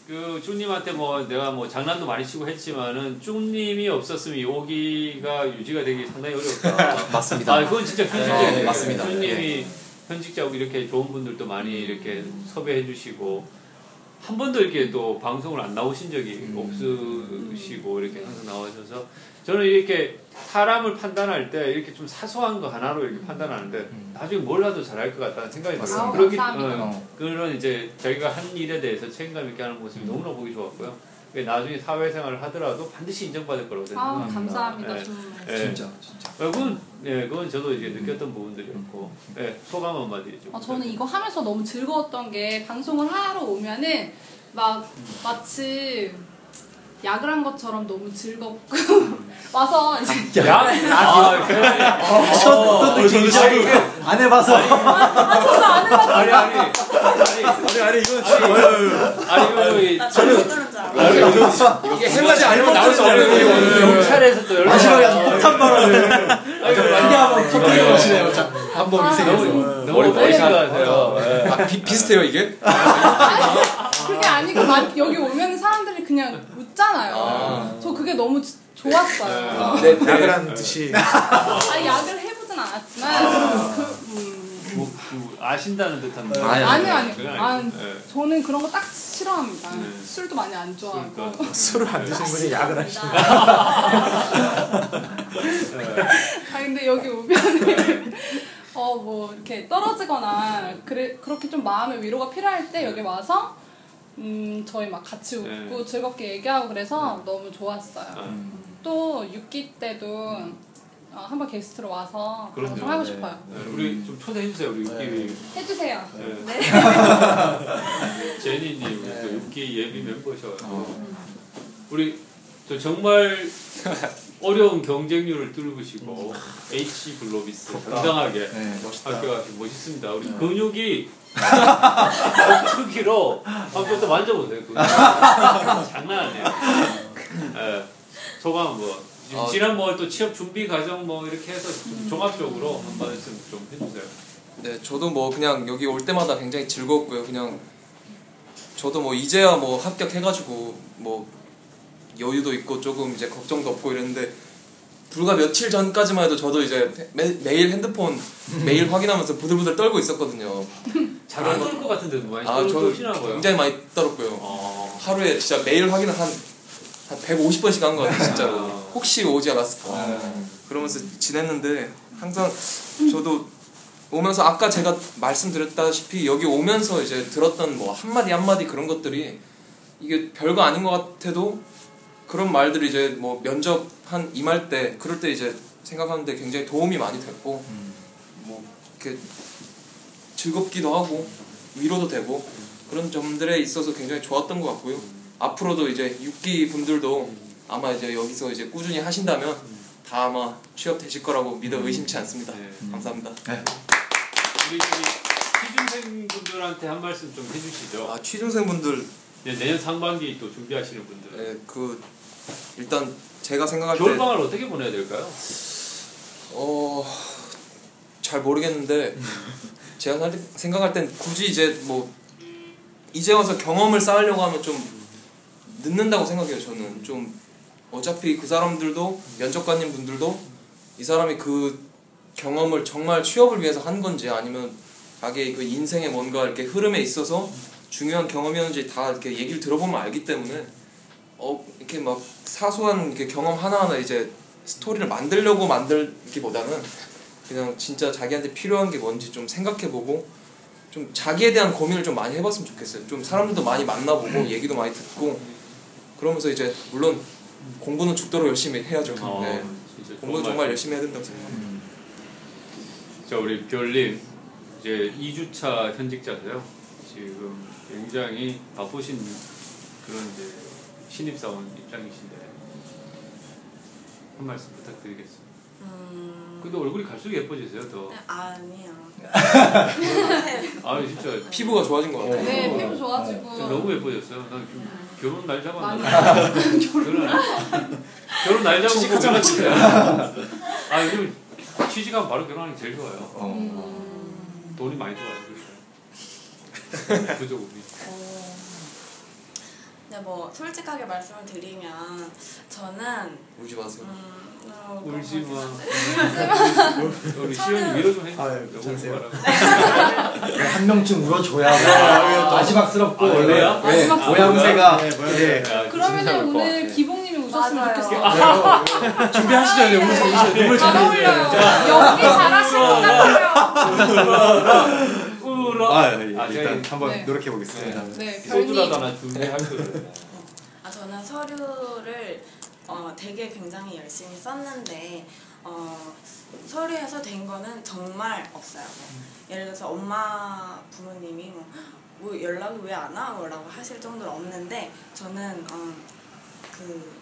Speaker 1: 그 쭈님한테 뭐 내가 뭐 장난도 많이 치고 했지만은 쭈님이 없었으면 이 오기가 유지가 되기 상당히 어려웠다.
Speaker 5: 맞습니다.
Speaker 1: 아 그건 진짜 현실적이에요.
Speaker 5: 네, 맞습니다.
Speaker 1: 쭈님이 현직자고 이렇게 좋은 분들도 많이 이렇게 섭외해 주시고 한 번도 이렇게 또 방송을 안 나오신 적이
Speaker 5: 음.
Speaker 1: 없으시고 이렇게 항상 나오셔서 저는 이렇게 사람을 판단할 때 이렇게 좀 사소한 거 하나로 이렇게
Speaker 5: 음.
Speaker 1: 판단하는데 나중에 뭘 하도 잘할 것 같다는 생각이 들어요.
Speaker 2: 맞습니다. 아,
Speaker 1: 그러기-
Speaker 2: 감사합니다.
Speaker 1: 어, 그런 이제 자기가 한 일에 대해서 책임감 있게 하는
Speaker 5: 음.
Speaker 1: 모습이 너무나 보기 좋았고요. 그게 나중에 사회생활을 하더라도 반드시 인정받을 거라고
Speaker 2: 아,
Speaker 1: 생각합니다.
Speaker 2: 감사합니다.
Speaker 1: 네.
Speaker 2: 정말.
Speaker 1: 예.
Speaker 6: 진짜 진짜.
Speaker 1: 어, 그건 예, 그건 저도 이제 느꼈던 부분들이었고, 예, 소감 한마디 좀.
Speaker 2: 아, 저는 이거 하면서 너무 즐거웠던 게 방송을 하러 오면은 막 마치 약을 한 것처럼 너무 즐겁고 와서 이제
Speaker 1: 야, 아, 그래.
Speaker 6: 저도 굉장히 안 해봐서.
Speaker 10: 아니
Speaker 1: 아니 아니 아니
Speaker 10: 아니 이건 진짜 어려워요.
Speaker 1: 아니 이거
Speaker 4: 나 잘못 들은 줄 알아.
Speaker 8: 이게 해맞지 않으면 나올 수 없는
Speaker 1: 이
Speaker 8: 거예요.
Speaker 1: 경찰에서 또
Speaker 6: 마지막에
Speaker 1: 연락.
Speaker 6: 아주 폭탄 발언을 크게 한번 터뜨려 보시네요. 한번
Speaker 2: 아,
Speaker 6: 희생해서.
Speaker 1: 너무
Speaker 5: 네. 머리
Speaker 1: 멀리
Speaker 5: 네. 머리가-
Speaker 1: 가세요. 예.
Speaker 8: 아, 비, 비슷해요 이게?
Speaker 2: 아니, 그게 아니고 막 여기 오면 사람들이 그냥 웃잖아요. 저 그게 너무 지- 좋았어요.
Speaker 6: 네, 나그란 듯이
Speaker 2: 아 약을 해보진 않았지만
Speaker 1: 아.
Speaker 2: 그, 음,
Speaker 1: 뭐, 그 아신다는 듯한
Speaker 6: 네.
Speaker 11: 아니,
Speaker 2: 아니요 아니요.
Speaker 1: 그건
Speaker 2: 아,
Speaker 1: 아니고. 네.
Speaker 2: 저는 그런 거 딱 싫어합니다.
Speaker 1: 네.
Speaker 2: 술도 많이 안 좋아하고.
Speaker 1: 그러니까.
Speaker 6: 술을 안 드신 분이 약을 하시.
Speaker 2: 아 근데 여기 오면 어 뭐 이렇게 떨어지거나 그래 그렇게 좀 마음의 위로가 필요할 때 여기 와서 음 저희 막 같이 웃고
Speaker 1: 네. 아.
Speaker 2: 즐겁게 얘기하고 그래서 너무 좋았어요.
Speaker 6: 음.
Speaker 2: 또 6기 때도 어, 한번 게스트로 와서
Speaker 1: 그럼요.
Speaker 2: 방송하고
Speaker 1: 네.
Speaker 2: 싶어요.
Speaker 1: 네, 우리 좀 초대해주세요, 우리 육기.
Speaker 2: 해주세요.
Speaker 1: 네.
Speaker 12: 네.
Speaker 1: 제니님,
Speaker 5: 네.
Speaker 1: 그 육기 예비
Speaker 5: 음.
Speaker 1: 멤버셔가지고.
Speaker 5: 어.
Speaker 1: 우리 저 정말 어려운 경쟁률을 뚫으시고
Speaker 5: 음.
Speaker 1: HC 글로비스 당당하게
Speaker 13: 네.
Speaker 1: 합격하시고 멋있습니다. 우리
Speaker 5: 음.
Speaker 1: 근육이 크기로 한번 더 만져보세요. 근육. 장난 아니에요. 예, 소감 한번. 지금
Speaker 5: 어. 음.
Speaker 1: 지난 뭐 또 취업 준비 과정 뭐 이렇게 해서 좀 종합적으로 한 말씀 좀 해주세요.
Speaker 5: 네, 저도 뭐 그냥 여기 올 때마다 굉장히 즐거웠고요. 그냥 저도 뭐 이제야 뭐 합격해가지고 뭐 여유도 있고 조금 이제 걱정도 없고 이랬는데 불과 며칠 전까지만 해도 저도 이제 매, 매일 핸드폰
Speaker 1: 음.
Speaker 5: 메일 확인하면서 부들부들 떨고 있었거든요.
Speaker 1: 잘안 떨것 같은데 뭐 많이
Speaker 5: 뭐. 아,
Speaker 1: 떨-
Speaker 5: 저는
Speaker 1: 떨시나 봐요.
Speaker 5: 굉장히 많이 떨었고요.
Speaker 1: 어.
Speaker 5: 하루에 진짜 메일 확인을 한, 한 150번씩 한 거 같아요, 진짜로.
Speaker 1: 아.
Speaker 5: 혹시 오지 않았을까. 그러면서 지냈는데 항상 저도 오면서 아까 제가 말씀드렸다시피 여기 오면서 이제 들었던 뭐 한마디 한마디 그런 것들이 이게 별거 아닌 것 같아도 그런 말들이 이제 뭐 면접 한 임할 때 그럴 때 이제 생각하는데 굉장히 도움이 많이 됐고 뭐 이렇게 즐겁기도 하고 위로도 되고 그런 점들에 있어서 굉장히 좋았던 것 같고요 앞으로도 이제 6기 분들도 아마 이제 여기서 이제 꾸준히 하신다면 다 아마 취업되실 거라고 믿어 의심치 않습니다.
Speaker 1: 네.
Speaker 5: 감사합니다.
Speaker 1: 우리 시준생 분들한테 한 말씀 좀 해주시죠.
Speaker 5: 아 취준생분들
Speaker 1: 이제 내년 상반기 또 준비하시는 분들.
Speaker 5: 예, 그 일단 제가 생각할
Speaker 1: 겨울 방학을 어떻게 보내야 될까요?
Speaker 5: 때어잘 모르겠는데 제가 살- 생각할 땐 굳이 이제 뭐 이제 와서 경험을 쌓으려고 하면 좀 늦는다고 생각해요. 저는 좀 어차피 그 사람들도 면접관님 분들도 이 사람이 그 경험을 정말 취업을 위해서 한 건지 아니면 자기의 그 인생의 뭔가 이렇게 흐름에 있어서 중요한 경험이었는지 다 이렇게 얘기를 들어보면 알기 때문에 어 이렇게 막 사소한 이렇게 경험 하나하나 이제 스토리를 만들려고 만들기보다는 그냥 진짜 자기한테 필요한 게 뭔지 좀 생각해보고 좀 자기에 대한 고민을 좀 많이 해봤으면 좋겠어요. 좀 사람들도 많이 만나보고 얘기도 많이 듣고 그러면서 이제 물론 공부는 죽도록 열심히 해야죠.
Speaker 1: 어,
Speaker 5: 네.
Speaker 1: 진짜
Speaker 5: 공부
Speaker 1: 좋은
Speaker 5: 정말
Speaker 1: 말씀.
Speaker 5: 열심히 해야 된다고 생각합니다.
Speaker 1: 자 우리 별님 이제 2주차 현직자세요. 지금 굉장히 바쁘신 그런 이제 신입 사원 입장이신데 한 말씀 부탁드리겠습니다. 근데 얼굴이 갈수록 예뻐지세요
Speaker 4: 네.
Speaker 1: 더.
Speaker 4: 아니요.
Speaker 1: 아 진짜
Speaker 5: 피부가 좋아진 것 같아요.
Speaker 2: 네
Speaker 1: 어.
Speaker 2: 피부 좋아지고
Speaker 1: 지금 너무 예뻐졌어요. 난 좀 결혼 날
Speaker 2: 많이
Speaker 1: 잡았나? 결혼 결혼 날 잡은 거 몰랐어요. 아 요즘 취직하면 바로 결혼하는 게 제일 좋아요.
Speaker 6: 어.
Speaker 2: 음.
Speaker 1: 돈이 많이 들어와요. 그러니까. 부족이.
Speaker 2: 어.
Speaker 4: 근데 뭐 솔직하게 말씀을 드리면 저는
Speaker 5: 울지 마세요.
Speaker 4: 음, 어,
Speaker 1: 울지 마.
Speaker 4: 그런 거
Speaker 1: 우리 시연이 위로 좀 해.
Speaker 6: 아, 예,
Speaker 1: 울지
Speaker 6: 괜찮으세요?
Speaker 1: 마라고.
Speaker 13: 한 명쯤
Speaker 6: 아, 네,
Speaker 13: 울어줘야 마지막스럽고
Speaker 1: 아,
Speaker 13: 원래
Speaker 1: 그래요?
Speaker 13: 네,
Speaker 1: 마지막
Speaker 13: 모양새가
Speaker 6: 네, 모양새가.
Speaker 13: 네.
Speaker 1: 야, 진짜
Speaker 2: 그러면은
Speaker 1: 울것 같아.
Speaker 2: 오늘 기봉님이 웃었으면
Speaker 12: 맞아요.
Speaker 2: 좋겠어요. 아, 네.
Speaker 13: 그래요.
Speaker 5: 준비하시죠, 이제 우리 정신.
Speaker 2: 잘 어울려요. 연기 잘하시는 것 같아요.
Speaker 1: 울어.
Speaker 6: 아, 예,
Speaker 1: 아,
Speaker 6: 일단
Speaker 1: 저희
Speaker 6: 한번
Speaker 2: 네.
Speaker 6: 노력해 보겠습니다.
Speaker 2: 네 별님
Speaker 1: 소주라도 하나 준비할 거예요.
Speaker 4: 아, 저는 서류를 어, 되게 굉장히 열심히 썼는데 어, 서류에서 된 거는 정말 없어요. 뭐 예를 들어서 엄마 부모님이 뭐, 뭐 연락이 왜 안 와? 라고 하실 정도로 없는데 저는 어, 그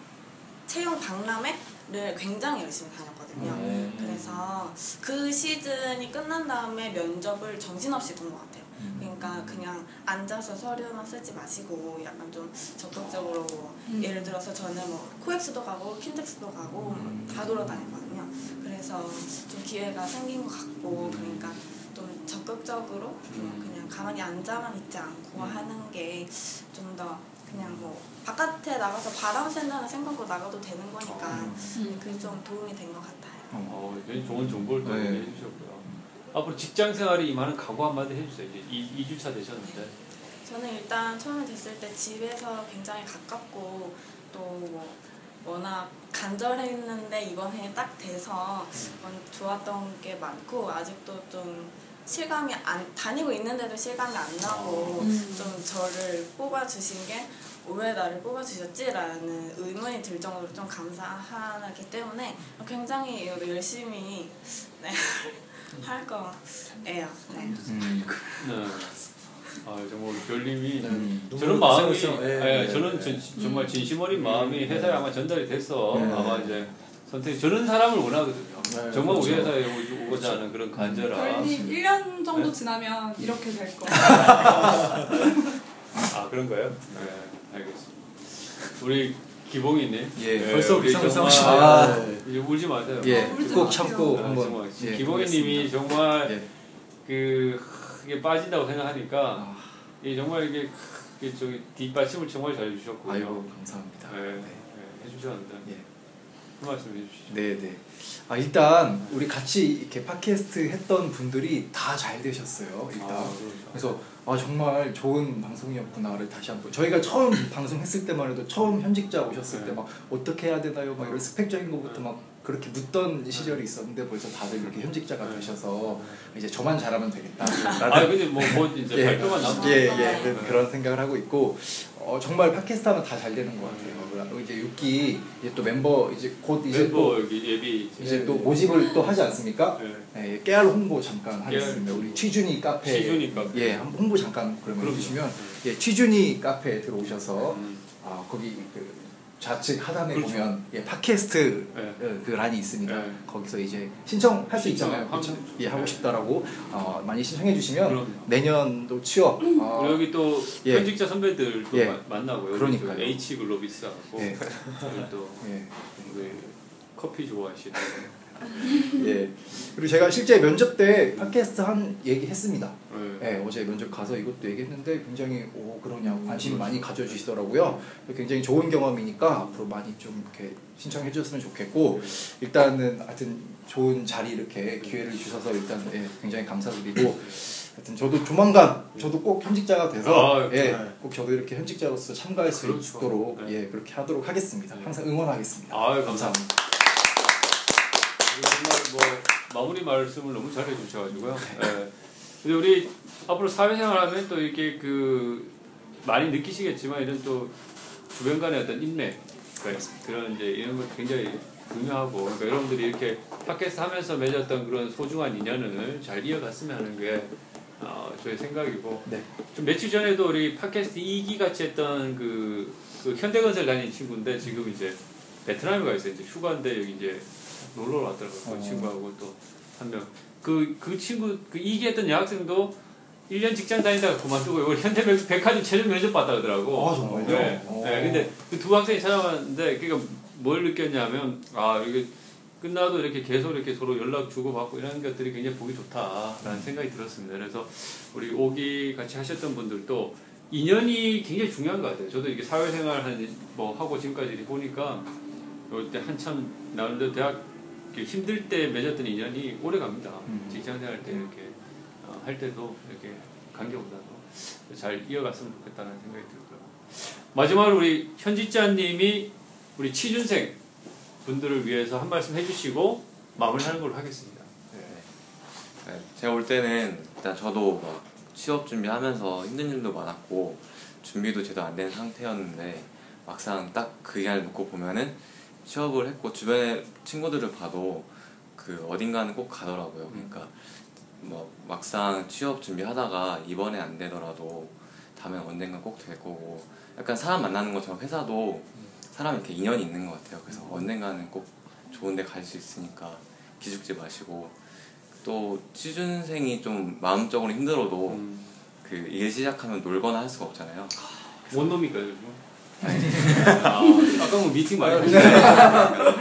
Speaker 4: 채용 박람회를 굉장히 열심히 다녔거든요.
Speaker 1: 음. 네.
Speaker 4: 그래서 그 시즌이 끝난 다음에 면접을 정신없이 본 것 같아요. 그러니까 그냥 앉아서 서류만 쓰지 마시고 약간 좀 적극적으로 뭐 예를 들어서 저는 뭐 코엑스도 가고 킨텍스도 가고 다 돌아다녔거든요. 그래서 좀 기회가 생긴 것 같고 그러니까 좀 적극 적극적으로 그냥 가만히 앉아만 있지 않고 하는 게 좀 더 그냥 뭐 바깥에 나가서 바람 쐰다는 생각으로 나가도 되는 거니까 그게 좀 도움이 된 것 같아요.
Speaker 1: 어, 굉장히 좋은 정보를 또
Speaker 6: 네.
Speaker 1: 얘기해 주셨고요. 앞으로 직장 생활에 임하는 각오 한마디 해주세요. 이제 2, 2주차 되셨는데.
Speaker 4: 저는 일단 처음에 됐을 때 집에서 굉장히 가깝고 또 뭐 워낙 간절했는데 이번 해에 딱 돼서 음, 좋았던 게 많고 아직도 좀 실감이 안 다니고 있는데도 실감이 안 나고 좀 저를 뽑아주신 게 왜 나를 뽑아주셨지라는 의문이 들 정도로 좀 감사하기 때문에 굉장히 열심히 네, 할 거예요. 네.
Speaker 1: 네. 아, 정말 우리 별님이
Speaker 6: 음,
Speaker 1: 저런
Speaker 10: 눈물을
Speaker 1: 마음이,
Speaker 10: 글썽글썽, 예,
Speaker 6: 네,
Speaker 1: 예,
Speaker 10: 예,
Speaker 1: 저는
Speaker 10: 예.
Speaker 1: 진- 진- 정말 진심 어린 마음이 회사에 아마 전달이 돼서
Speaker 10: 예.
Speaker 1: 아마 이제 선택 저런 사람을 원하거든요.
Speaker 10: 네,
Speaker 1: 정말 우리
Speaker 10: 그렇죠.
Speaker 1: 회사에 오- 오고자 하는 그런 간절함.
Speaker 2: 별님 1년 정도 지나면 이렇게 될 거예요.
Speaker 1: 아 그런가요? 네, 알겠습니다. 우리 기봉이님.
Speaker 6: 예,
Speaker 1: 네,
Speaker 6: 벌써
Speaker 1: 우리
Speaker 6: 불쌍불쌍하시네요.
Speaker 1: 정말-
Speaker 6: 아.
Speaker 1: 이제 울지 마세요.
Speaker 6: 예,
Speaker 2: 울지 마세요.
Speaker 6: 꼭 참고
Speaker 1: 아,
Speaker 6: 한번
Speaker 1: 정말
Speaker 6: 예,
Speaker 1: 기봉이님이 정말
Speaker 6: 예.
Speaker 1: 그 하, 이게 빠진다고 생각하니까 이 정말 이게 하, 이게 저기 뒷받침을 정말 잘 주셨고요.
Speaker 6: 아이고 감사합니다.
Speaker 1: 네, 네, 해주셨는데
Speaker 6: 예.
Speaker 1: 그 말씀 해주시죠.
Speaker 6: 네, 네. 아 일단 우리 같이 이렇게 팟캐스트 했던 분들이 다 잘 되셨어요. 일단
Speaker 1: 아, 그렇죠.
Speaker 6: 그래서 아 정말 좋은 방송이었구나를 다시 한번 저희가 처음 방송했을 때만 해도 처음 현직자 오셨을
Speaker 1: 네. 아.
Speaker 6: 때 막 어떻게 해야 되나요? 막 이런 스펙적인 것부터 막 그렇게
Speaker 1: 네.
Speaker 6: 묻던 시절이 있었는데 벌써 다들 이렇게 현직자가 되셔서 이제 저만 잘하면 되겠다.
Speaker 1: 네. 아 근데 뭐, 뭐 이제
Speaker 6: 예.
Speaker 1: 발표만 네. 남았
Speaker 6: 예, 예, 그- 그런 생각을 하고 있고 어, 정말 팟캐스트 하면 다 잘 되는 것 같아요. 어, 이제 육기 이제 또 멤버 이제 곧 이제 또
Speaker 1: 네. 멤버 여기 예비
Speaker 6: 이제 또 뭐- 모집을 또 하지 않습니까?
Speaker 1: 네.
Speaker 6: 네, 깨알 홍보 잠깐
Speaker 1: 깨알
Speaker 6: 하겠습니다.
Speaker 1: 홍보.
Speaker 6: 우리 취준이 카페
Speaker 1: 취준이 카페.
Speaker 6: 예, 한번 홍보 잠깐 그러면
Speaker 1: 그럼요.
Speaker 6: 해주시면 예, 취준이 카페에 들어오셔서
Speaker 1: 음.
Speaker 6: 아 거기 그 좌측 하단에
Speaker 1: 그렇죠.
Speaker 6: 보면 예, 팟캐스트
Speaker 1: 네.
Speaker 6: 어, 그 란이 있습니다.
Speaker 1: 네.
Speaker 6: 거기서 이제 신청할 수 있잖아요.
Speaker 1: 신청하면
Speaker 6: 그렇죠?
Speaker 1: 되죠.
Speaker 6: 예, 하고
Speaker 1: 네.
Speaker 6: 싶다라고 어, 많이 신청해 주시면
Speaker 1: 그럼요.
Speaker 6: 내년도 취업 어,
Speaker 1: 그리고 여기 또
Speaker 6: 예.
Speaker 1: 현직자 선배들도
Speaker 6: 예.
Speaker 1: 마- 만나고요.
Speaker 6: 그러니까요.
Speaker 1: H 글로비스하고
Speaker 6: 예.
Speaker 1: 그리고 또
Speaker 6: 예.
Speaker 1: 그 커피 좋아하시는
Speaker 6: 예. 그리고 제가 실제 면접 때 팟캐스트 한 얘기 했습니다.
Speaker 1: 예.
Speaker 6: 예, 어제 면접 가서 이것도 얘기했는데 굉장히 오 그러냐 관심 많이
Speaker 1: 그렇죠.
Speaker 6: 가져주시더라고요. 굉장히 좋은 경험이니까 앞으로 많이 좀 이렇게 신청해 주셨으면
Speaker 1: 예.
Speaker 6: 좋겠고 일단은 하여튼 좋은 자리 이렇게 기회를 주셔서 일단 예, 굉장히 감사드리고 하여튼 저도 조만간 저도 꼭 현직자가 돼서
Speaker 1: 아,
Speaker 6: 예,
Speaker 10: 네.
Speaker 6: 꼭 저도 이렇게 현직자로서 참가할 수
Speaker 1: 그렇죠.
Speaker 6: 있도록
Speaker 1: 네.
Speaker 6: 예 그렇게 하도록 하겠습니다. 항상 응원하겠습니다.
Speaker 1: 아유,
Speaker 6: 감사합니다.
Speaker 1: 정말 뭐 마무리 말씀을 너무 잘해 주셔가지고요.
Speaker 6: 네.
Speaker 1: 예. 근데 우리 앞으로 사회생활하면 또 이렇게 그 많이 느끼시겠지만 이런 또 주변 간의 어떤 인맥 그러니까 그런 이제 이런 것 굉장히 중요하고 그러니까 여러분들이 이렇게 팟캐스트 하면서 맺었던 그런 소중한 인연을 잘 이어갔으면 하는 게 어, 저의 생각이고
Speaker 6: 네.
Speaker 1: 좀 며칠 전에도 우리 팟캐스트 2기 같이 했던 그, 그 현대건설 다니는 친구인데 지금 이제 베트남에 가 있어요. 이제 휴가인데 여기 이제 놀러 왔더라고요. 그 친구하고 또 한 명. 그, 그 친구, 그 2기 했던 여학생도 1년 직장 다니다가 그만두고 이걸 현대백 백화점 최종 면접 봤다 그러더라고.
Speaker 6: 아, 정말요?
Speaker 1: 네.
Speaker 6: 오.
Speaker 1: 네. 근데 그 두 학생이 찾아왔는데 그러니까 뭘 느꼈냐면 아 이게 끝나도 이렇게 계속 이렇게 서로 연락 주고 받고 이런 것들이 굉장히 보기 좋다라는 생각이 들었습니다. 그래서 우리 오기 같이 하셨던 분들도 인연이 굉장히 중요한 것 같아요. 저도 이게 사회생활 한뭐 하고 지금까지 이렇게 보니까 그때 한참 나름대로 대학 이렇게 힘들 때 맺었던 인연이 오래 갑니다. 직장생활 때 이렇게 어, 할 때도 이렇게 관계보다도 잘 이어갔으면 좋겠다는 생각이 들고요. 마지막으로 우리 현지자님이 우리 취준생 분들을 위해서 한 말씀 해주시고 마무리하는 걸로 하겠습니다.
Speaker 5: 네, 제가 올 때는 일단 저도 막 취업 준비하면서 힘든 일도 많았고 준비도 제대로 안 된 상태였는데 막상 딱 그 이야기를 놓고 보면은 취업을 했고 주변에 친구들을 봐도 그 어딘가는 꼭 가더라고요. 그러니까 뭐 막상 취업 준비하다가 이번에 안 되더라도 다음에 언젠가 꼭 될 거고 약간 사람 만나는 것처럼 회사도 사람 이렇게 인연이 있는 것 같아요. 그래서 언젠가는 꼭 좋은데 갈 수 있으니까 기죽지 마시고 또 취준생이 좀 마음적으로 힘들어도 그 일 시작하면 놀거나 할 수가 없잖아요.
Speaker 1: 뭔 놈입니까 요즘? 아, 아까 뭐 미팅 많이 하셨어요.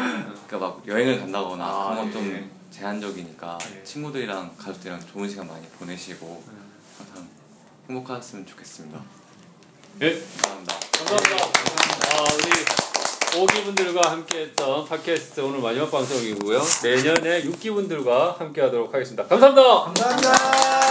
Speaker 5: 그러니까 막 여행을 간다거나
Speaker 1: 아,
Speaker 5: 그런
Speaker 1: 예.
Speaker 5: 건좀
Speaker 14: 제한적이니까
Speaker 1: 네.
Speaker 14: 친구들이랑 가족들이랑 좋은 시간 많이 보내시고 항상 행복하셨으면 좋겠습니다.
Speaker 1: 예,
Speaker 14: 감사합니다.
Speaker 1: 감사합니다. 아, 우리 오기분들과 함께했던 팟캐스트 오늘 마지막 방송이고요. 내년에 육기분들과 함께하도록 하겠습니다. 감사합니다.
Speaker 6: 어. 감사합니다.